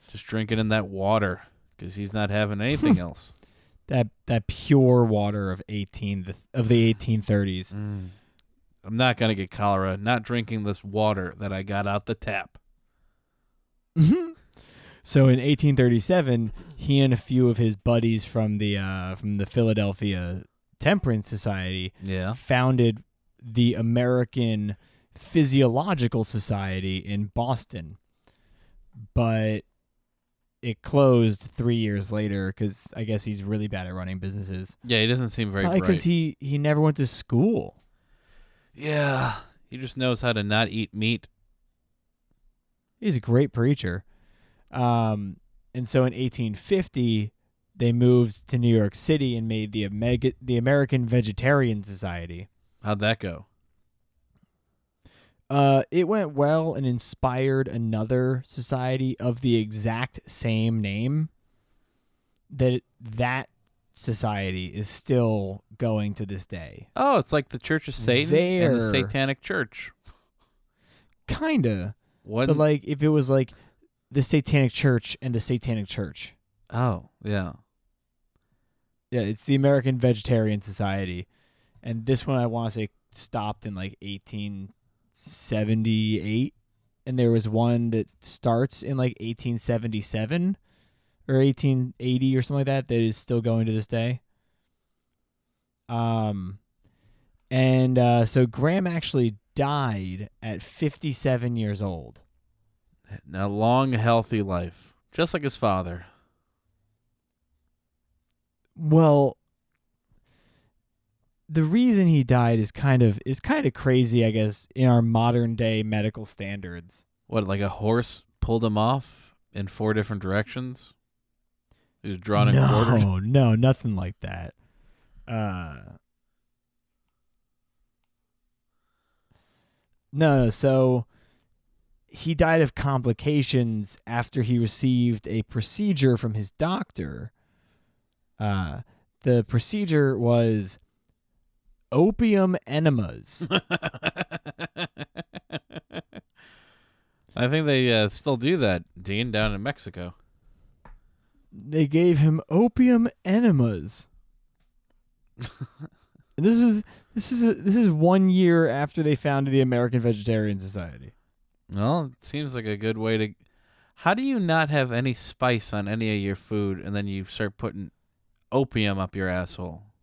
[SPEAKER 2] just drinking in that water because he's not having anything else.
[SPEAKER 1] That that pure water of 18 th- of the 1830s.
[SPEAKER 2] Mm. I'm not gonna get cholera. Not drinking this water that I got out the tap.
[SPEAKER 1] So in 1837, he and a few of his buddies from the uh, from the Philadelphia Temperance Society
[SPEAKER 2] Yeah.
[SPEAKER 1] founded the American Physiological Society in Boston, but it closed three years later because I guess he's really bad at running businesses.
[SPEAKER 2] Yeah. He doesn't seem very
[SPEAKER 1] Probably
[SPEAKER 2] bright.
[SPEAKER 1] because he he never went to school.
[SPEAKER 2] yeah. He just knows how to not eat meat.
[SPEAKER 1] He's a great preacher. Um, and so in 1850, they moved to New York City and made the Omega, the American Vegetarian Society.
[SPEAKER 2] How'd that go?
[SPEAKER 1] Uh, it went well and inspired another society of the exact same name. That that society is still going to this day.
[SPEAKER 2] Oh, it's like the Church of Satan and the
[SPEAKER 1] There.
[SPEAKER 2] Satanic Church.
[SPEAKER 1] Kinda,
[SPEAKER 2] What?
[SPEAKER 1] but like if it was like the Satanic Church and the Satanic Church.
[SPEAKER 2] oh, yeah.
[SPEAKER 1] Yeah, it's the American Vegetarian Society. And this one I want to say stopped in like 1878 and there was one that starts in like 1877 or 1880 or something like that that is still going to this day. Um and uh, so Graham actually died at 57 years old.
[SPEAKER 2] A long, healthy life, just like his father.
[SPEAKER 1] Well, the reason he died is kind of is kind of crazy, I guess, in our modern day medical standards.
[SPEAKER 2] What? Like a horse pulled him off in four different directions. He was drawn and quartered.
[SPEAKER 1] no, no, nothing like that. Uh, no, so he died of complications after he received a procedure from his doctor. Uh, the procedure was opium enemas.
[SPEAKER 2] I think they uh, still do that, Dean, down in Mexico.
[SPEAKER 1] they gave him opium enemas. and this was this is a, this is one year after they founded the American Vegetarian Society.
[SPEAKER 2] Well, it seems like a good way to. How do you not have any spice on any of your food, and then you start putting opium up your asshole?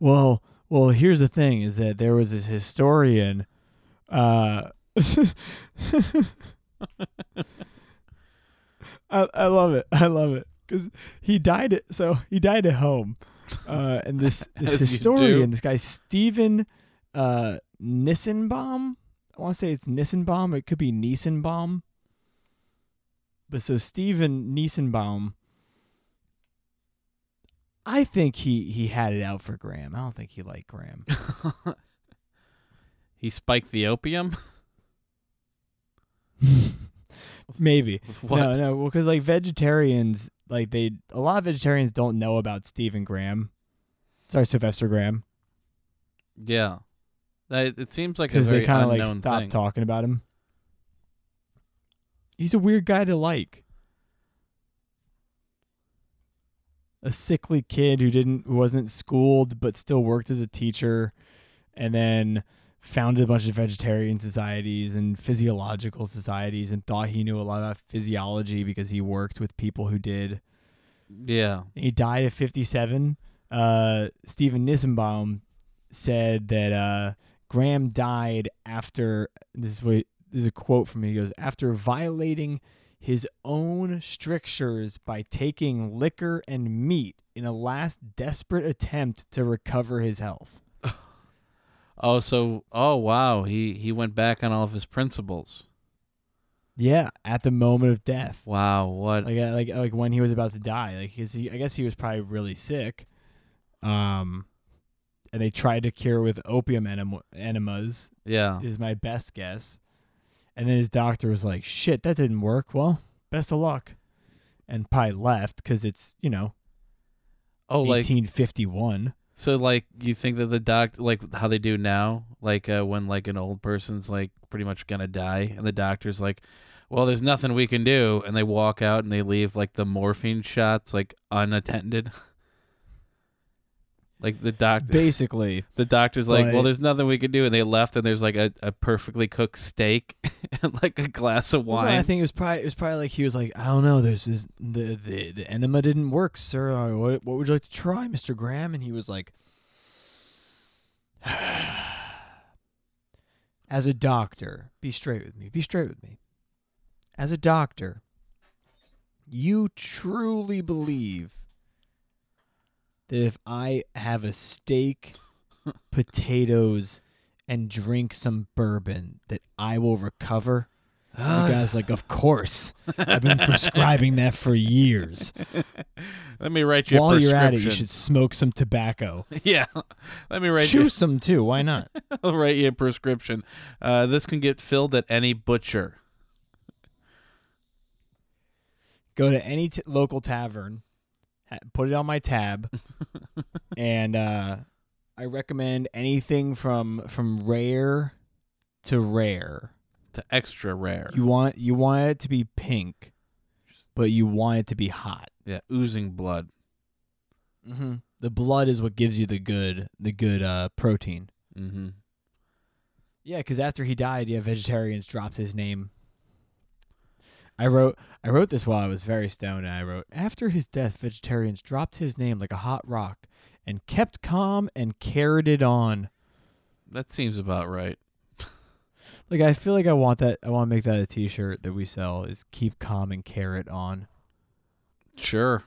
[SPEAKER 1] Well, well, here's the thing: is that there was this historian. Uh, I I love it. I love it because he died. At, so he died at home, uh, and this this
[SPEAKER 2] As you
[SPEAKER 1] historian,
[SPEAKER 2] do.
[SPEAKER 1] this guy Stephen uh, Nissenbaum. I want to say it's Nissenbaum. It could be Nissenbaum. But so Stephen Nissenbaum. I think he he had it out for Graham. I don't think he liked Graham.
[SPEAKER 2] he spiked the opium.
[SPEAKER 1] Maybe.
[SPEAKER 2] What?
[SPEAKER 1] No, no. Well, because like vegetarians, like they, a lot of vegetarians don't know about Stephen Graham. Sorry, Sylvester Graham,
[SPEAKER 2] Yeah. That, it seems like a
[SPEAKER 1] because
[SPEAKER 2] very
[SPEAKER 1] they kind of like
[SPEAKER 2] unknown
[SPEAKER 1] stopped
[SPEAKER 2] thing.
[SPEAKER 1] talking about him. He's a weird guy to like. A sickly kid who didn't, who wasn't schooled, but still worked as a teacher, and then founded a bunch of vegetarian societies and physiological societies, and thought he knew a lot about physiology because he worked with people who did.
[SPEAKER 2] Yeah.
[SPEAKER 1] he died at 57. Uh, Stephen Nissenbaum said that uh, Graham died after this is what this is a quote from me. He goes after violating his own strictures by taking liquor and meat in a last desperate attempt to recover his health.
[SPEAKER 2] Oh, so oh wow, he he went back on all of his principles.
[SPEAKER 1] Yeah, at the moment of death,
[SPEAKER 2] Wow, what?
[SPEAKER 1] like uh, like like when he was about to die. Like 'cause he, I guess he was probably really sick. Um, and they tried to cure with opium enema, enemas.
[SPEAKER 2] yeah.
[SPEAKER 1] is my best guess. And then his doctor was like, "Shit, that didn't work. Well, best of luck," and probably left because it's you know
[SPEAKER 2] Oh, like
[SPEAKER 1] 1851.
[SPEAKER 2] so, like you think that the doc, like how they do now, like uh, when like an old person's like pretty much gonna die, and the doctor's like, "Well, there's nothing we can do," and they walk out and they leave like the morphine shots like unattended. like the doctor,
[SPEAKER 1] Basically,
[SPEAKER 2] the doctor's like,
[SPEAKER 1] But-
[SPEAKER 2] well, there's nothing we can do, and they left, and there's like a, a perfectly cooked steak and like a glass of
[SPEAKER 1] Well,
[SPEAKER 2] wine.
[SPEAKER 1] no, I think it was probably it was probably like he was like, "I don't know. There's this the the, the enema didn't work, sir. Uh, What what would you like to try, Mister Graham?" And he was like. As a doctor, be straight with me. Be straight with me. As a doctor, you truly believe that if I have a steak, potatoes, and drink some bourbon, that I will recover?
[SPEAKER 2] Uh,
[SPEAKER 1] The guy's like, Of course. I've been prescribing that for years.
[SPEAKER 2] Let me write you a
[SPEAKER 1] While you're at it, you
[SPEAKER 2] prescription.
[SPEAKER 1] should smoke some tobacco.
[SPEAKER 2] yeah. Let me write
[SPEAKER 1] Chew some too. Why not?
[SPEAKER 2] you. I'll write you a prescription. Uh, this can get filled at any butcher.
[SPEAKER 1] Go to any t- local tavern, ha- put it on my tab, and uh, I recommend anything from from rare to rare.
[SPEAKER 2] To extra rare.
[SPEAKER 1] You want you want it to be pink, but you want it to be hot.
[SPEAKER 2] yeah, oozing blood.
[SPEAKER 1] Mm-hmm. The blood is what gives you the good the good uh, protein.
[SPEAKER 2] Mm-hmm.
[SPEAKER 1] Yeah, because after he died, yeah, vegetarians dropped his name. I wrote I wrote this while I was very stoned. And I wrote after his death, vegetarians dropped his name like a hot rock, and kept calm and carried it on.
[SPEAKER 2] That seems about right.
[SPEAKER 1] Like I feel like I want that. I want to make that a T-shirt that we sell. Is keep calm and carry it on.
[SPEAKER 2] Sure.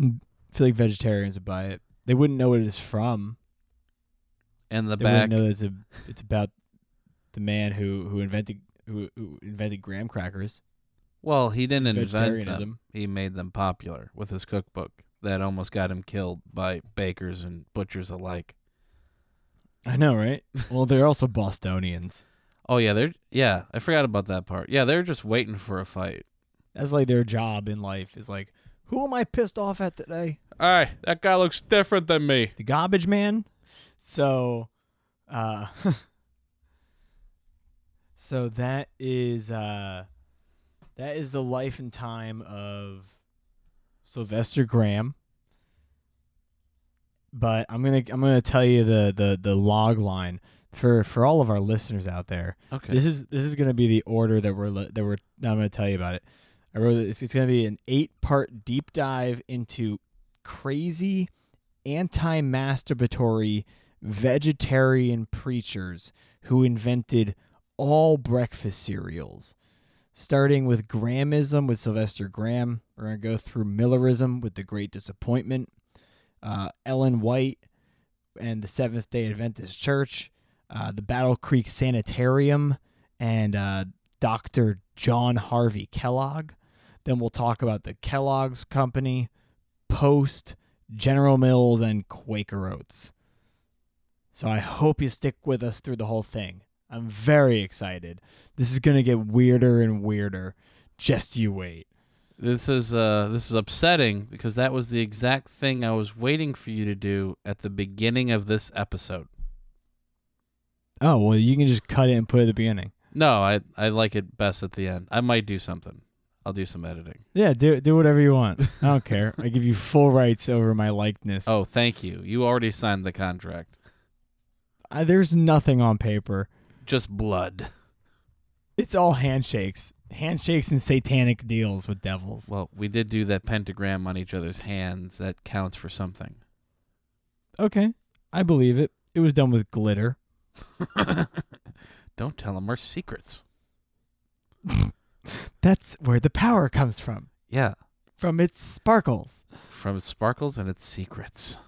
[SPEAKER 1] I feel like vegetarians would buy it. They wouldn't know what it is from.
[SPEAKER 2] And the
[SPEAKER 1] They
[SPEAKER 2] back.
[SPEAKER 1] wouldn't know it's a it's about the man who who invented who, who invented graham crackers.
[SPEAKER 2] Well, he didn't invent them.
[SPEAKER 1] Vegetarianism.
[SPEAKER 2] He made them popular with his cookbook that almost got him killed by bakers and butchers alike.
[SPEAKER 1] I know, right? well, they're also Bostonians.
[SPEAKER 2] Oh yeah, they're yeah. I forgot about that part. Yeah, they're just waiting for a fight.
[SPEAKER 1] That's like their job in life is like, who am I pissed off at today?
[SPEAKER 2] Hey, that guy looks different than me.
[SPEAKER 1] The garbage man. So, uh, so that is uh, that is the life and time of Sylvester Graham. But I'm gonna I'm gonna tell you the the the log line for for all of our listeners out there.
[SPEAKER 2] Okay.
[SPEAKER 1] This is this is gonna be the order that we're li- that we're. Now I'm gonna tell you about it. I wrote it. It's, it's gonna be an eight-part deep dive into crazy, anti-masturbatory vegetarian preachers who invented all breakfast cereals, starting with Grahamism with Sylvester Graham. We're gonna go through Millerism with the Great Disappointment, uh, Ellen White, and the Seventh Day Adventist Church uh, the Battle Creek Sanitarium, and uh, Dr. John Harvey Kellogg. Then we'll talk about the Kellogg's Company, Post, General Mills, and Quaker Oats. So I hope you stick with us through the whole thing. I'm very excited. This is gonna get weirder and weirder. Just you wait.
[SPEAKER 2] This is uh this is upsetting because that was the exact thing I was waiting for you to do at the beginning of this episode.
[SPEAKER 1] Oh well, you can just cut it and put it at the beginning.
[SPEAKER 2] No, I I like it best at the end. I might do something. I'll do some editing.
[SPEAKER 1] Yeah, do do whatever you want. I don't care. I give you full rights over my likeness.
[SPEAKER 2] Oh, thank you. You already signed the contract.
[SPEAKER 1] I, there's nothing on paper.
[SPEAKER 2] Just blood.
[SPEAKER 1] It's all handshakes, handshakes and satanic deals with devils.
[SPEAKER 2] Well, we did do that pentagram on each other's hands. That counts for something.
[SPEAKER 1] Okay, I believe it. It was done with glitter.
[SPEAKER 2] Don't tell them our secrets.
[SPEAKER 1] That's where the power comes from,
[SPEAKER 2] Yeah,
[SPEAKER 1] from its sparkles.
[SPEAKER 2] from its sparkles and its secrets.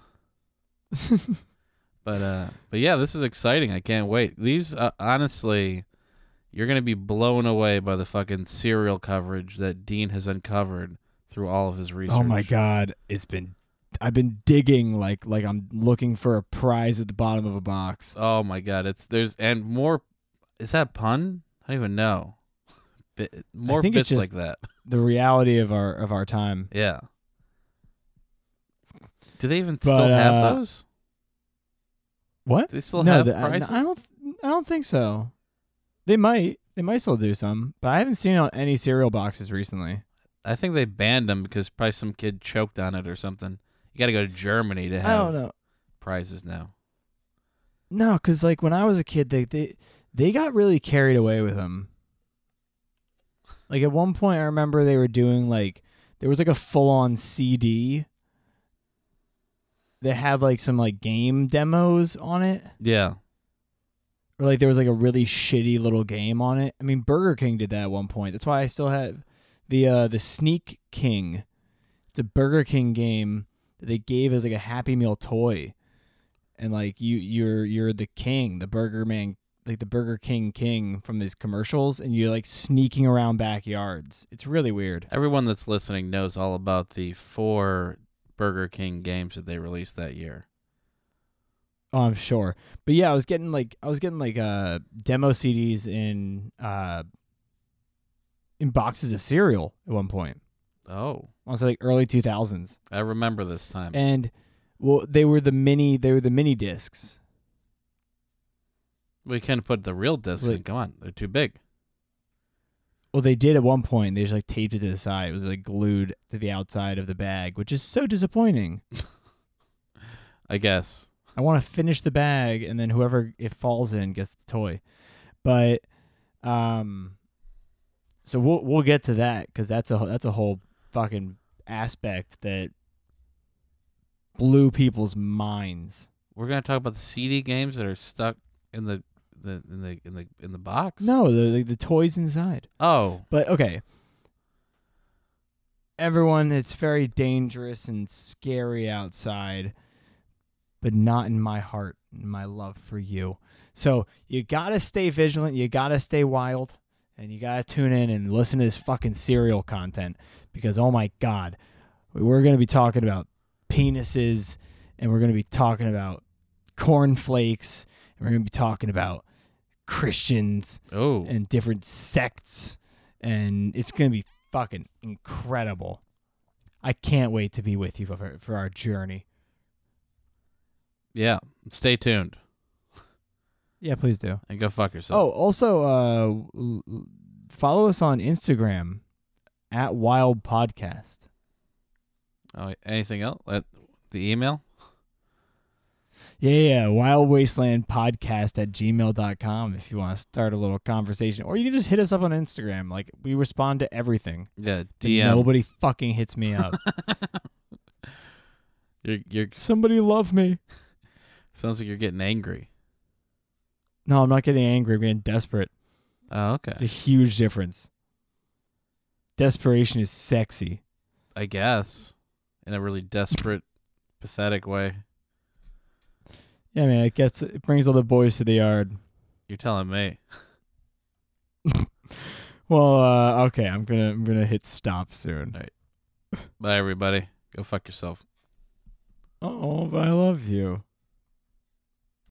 [SPEAKER 2] But uh, but yeah, this is exciting. I can't wait. These uh, honestly, you're gonna be blown away by the fucking serial coverage that Dean has uncovered through all of his research.
[SPEAKER 1] Oh my god, it's been I've been digging like like I'm looking for a prize at the bottom of a box.
[SPEAKER 2] Oh my god! It's there's and more. Is that a pun? I don't even know. Bit, more
[SPEAKER 1] think it's
[SPEAKER 2] bits
[SPEAKER 1] just-
[SPEAKER 2] like that.
[SPEAKER 1] The reality of our of our time.
[SPEAKER 2] Yeah. Do they even
[SPEAKER 1] But,
[SPEAKER 2] still have
[SPEAKER 1] uh,
[SPEAKER 2] those?
[SPEAKER 1] What?
[SPEAKER 2] Do they still
[SPEAKER 1] no,
[SPEAKER 2] have
[SPEAKER 1] the- I,
[SPEAKER 2] prices?
[SPEAKER 1] I don't I don't think so. They might they might still do some, but I haven't seen it on any cereal boxes recently.
[SPEAKER 2] I think they banned them because probably some kid choked on it or something. You got to go to Germany to
[SPEAKER 1] I
[SPEAKER 2] have
[SPEAKER 1] don't know.
[SPEAKER 2] prizes now.
[SPEAKER 1] No, cuz like when I was a kid they they they got really carried away with them. Like at one point I remember they were doing like there was like a full-on CD that had like some like game demos on it.
[SPEAKER 2] Yeah.
[SPEAKER 1] or like there was like a really shitty little game on it. I mean, Burger King did that at one point. That's why I still have the uh, the Sneak King. It's a Burger King game that they gave as like a Happy Meal toy, and like you you're you're the king, the Burger Man, like the Burger King king from these commercials, and you're like sneaking around backyards. It's really weird.
[SPEAKER 2] Everyone that's listening knows all about the four Burger King games that they released that year.
[SPEAKER 1] Oh, I'm sure. But yeah, I was getting like I was getting like uh demo CDs in uh in boxes of cereal at one point.
[SPEAKER 2] Oh,
[SPEAKER 1] I was like early 2000s
[SPEAKER 2] I remember this time.
[SPEAKER 1] and well they were the mini they were the mini discs
[SPEAKER 2] we couldn't put the real discs in.
[SPEAKER 1] Like-
[SPEAKER 2] Come on, they're too big.
[SPEAKER 1] well they did at one point they just like taped it to the side it was like glued to the outside of the bag which is so disappointing
[SPEAKER 2] I guess.
[SPEAKER 1] i want to finish the bag and then whoever it falls in gets the toy but um so we'll we'll get to that cuz that's a that's a whole fucking aspect that blew people's minds
[SPEAKER 2] We're gonna talk about the CD games that are stuck in the, the in the in the in the box.
[SPEAKER 1] no the the, the toys inside
[SPEAKER 2] Oh,
[SPEAKER 1] But okay. Everyone, it's very dangerous and scary outside, but not in my heart and my love for you. So you gotta stay vigilant, you gotta stay wild, and you gotta tune in and listen to this fucking serial content because oh my god, we're gonna be talking about penises and we're gonna be talking about cornflakes and we're gonna be talking about Christians
[SPEAKER 2] oh,
[SPEAKER 1] and different sects and it's going to be fucking incredible. I can't wait to be with you for for our journey.
[SPEAKER 2] yeah. Stay tuned
[SPEAKER 1] Yeah, please do.
[SPEAKER 2] and go fuck yourself.
[SPEAKER 1] Oh, also uh l- l- follow us on Instagram at Wild Podcast.
[SPEAKER 2] Oh, anything else? Uh, the email?
[SPEAKER 1] Yeah, yeah, Wild Wasteland Podcast at gmail.com if you want to start a little conversation. Or you can just hit us up on Instagram. Like we respond to everything.
[SPEAKER 2] Yeah,
[SPEAKER 1] And
[SPEAKER 2] DM.
[SPEAKER 1] Nobody fucking hits me up.
[SPEAKER 2] You're, you're
[SPEAKER 1] Somebody love me.
[SPEAKER 2] sounds like you're getting angry.
[SPEAKER 1] No, I'm not getting angry. I'm getting desperate.
[SPEAKER 2] Oh, okay.
[SPEAKER 1] It's a huge difference. Desperation is sexy.
[SPEAKER 2] I guess, in a really desperate, pathetic way.
[SPEAKER 1] Yeah, man, it gets it brings all the boys to the yard.
[SPEAKER 2] You're telling me.
[SPEAKER 1] Well, uh, okay, I'm gonna I'm gonna hit stop soon.
[SPEAKER 2] Bye, everybody. Go fuck yourself.
[SPEAKER 1] Oh, but I love you.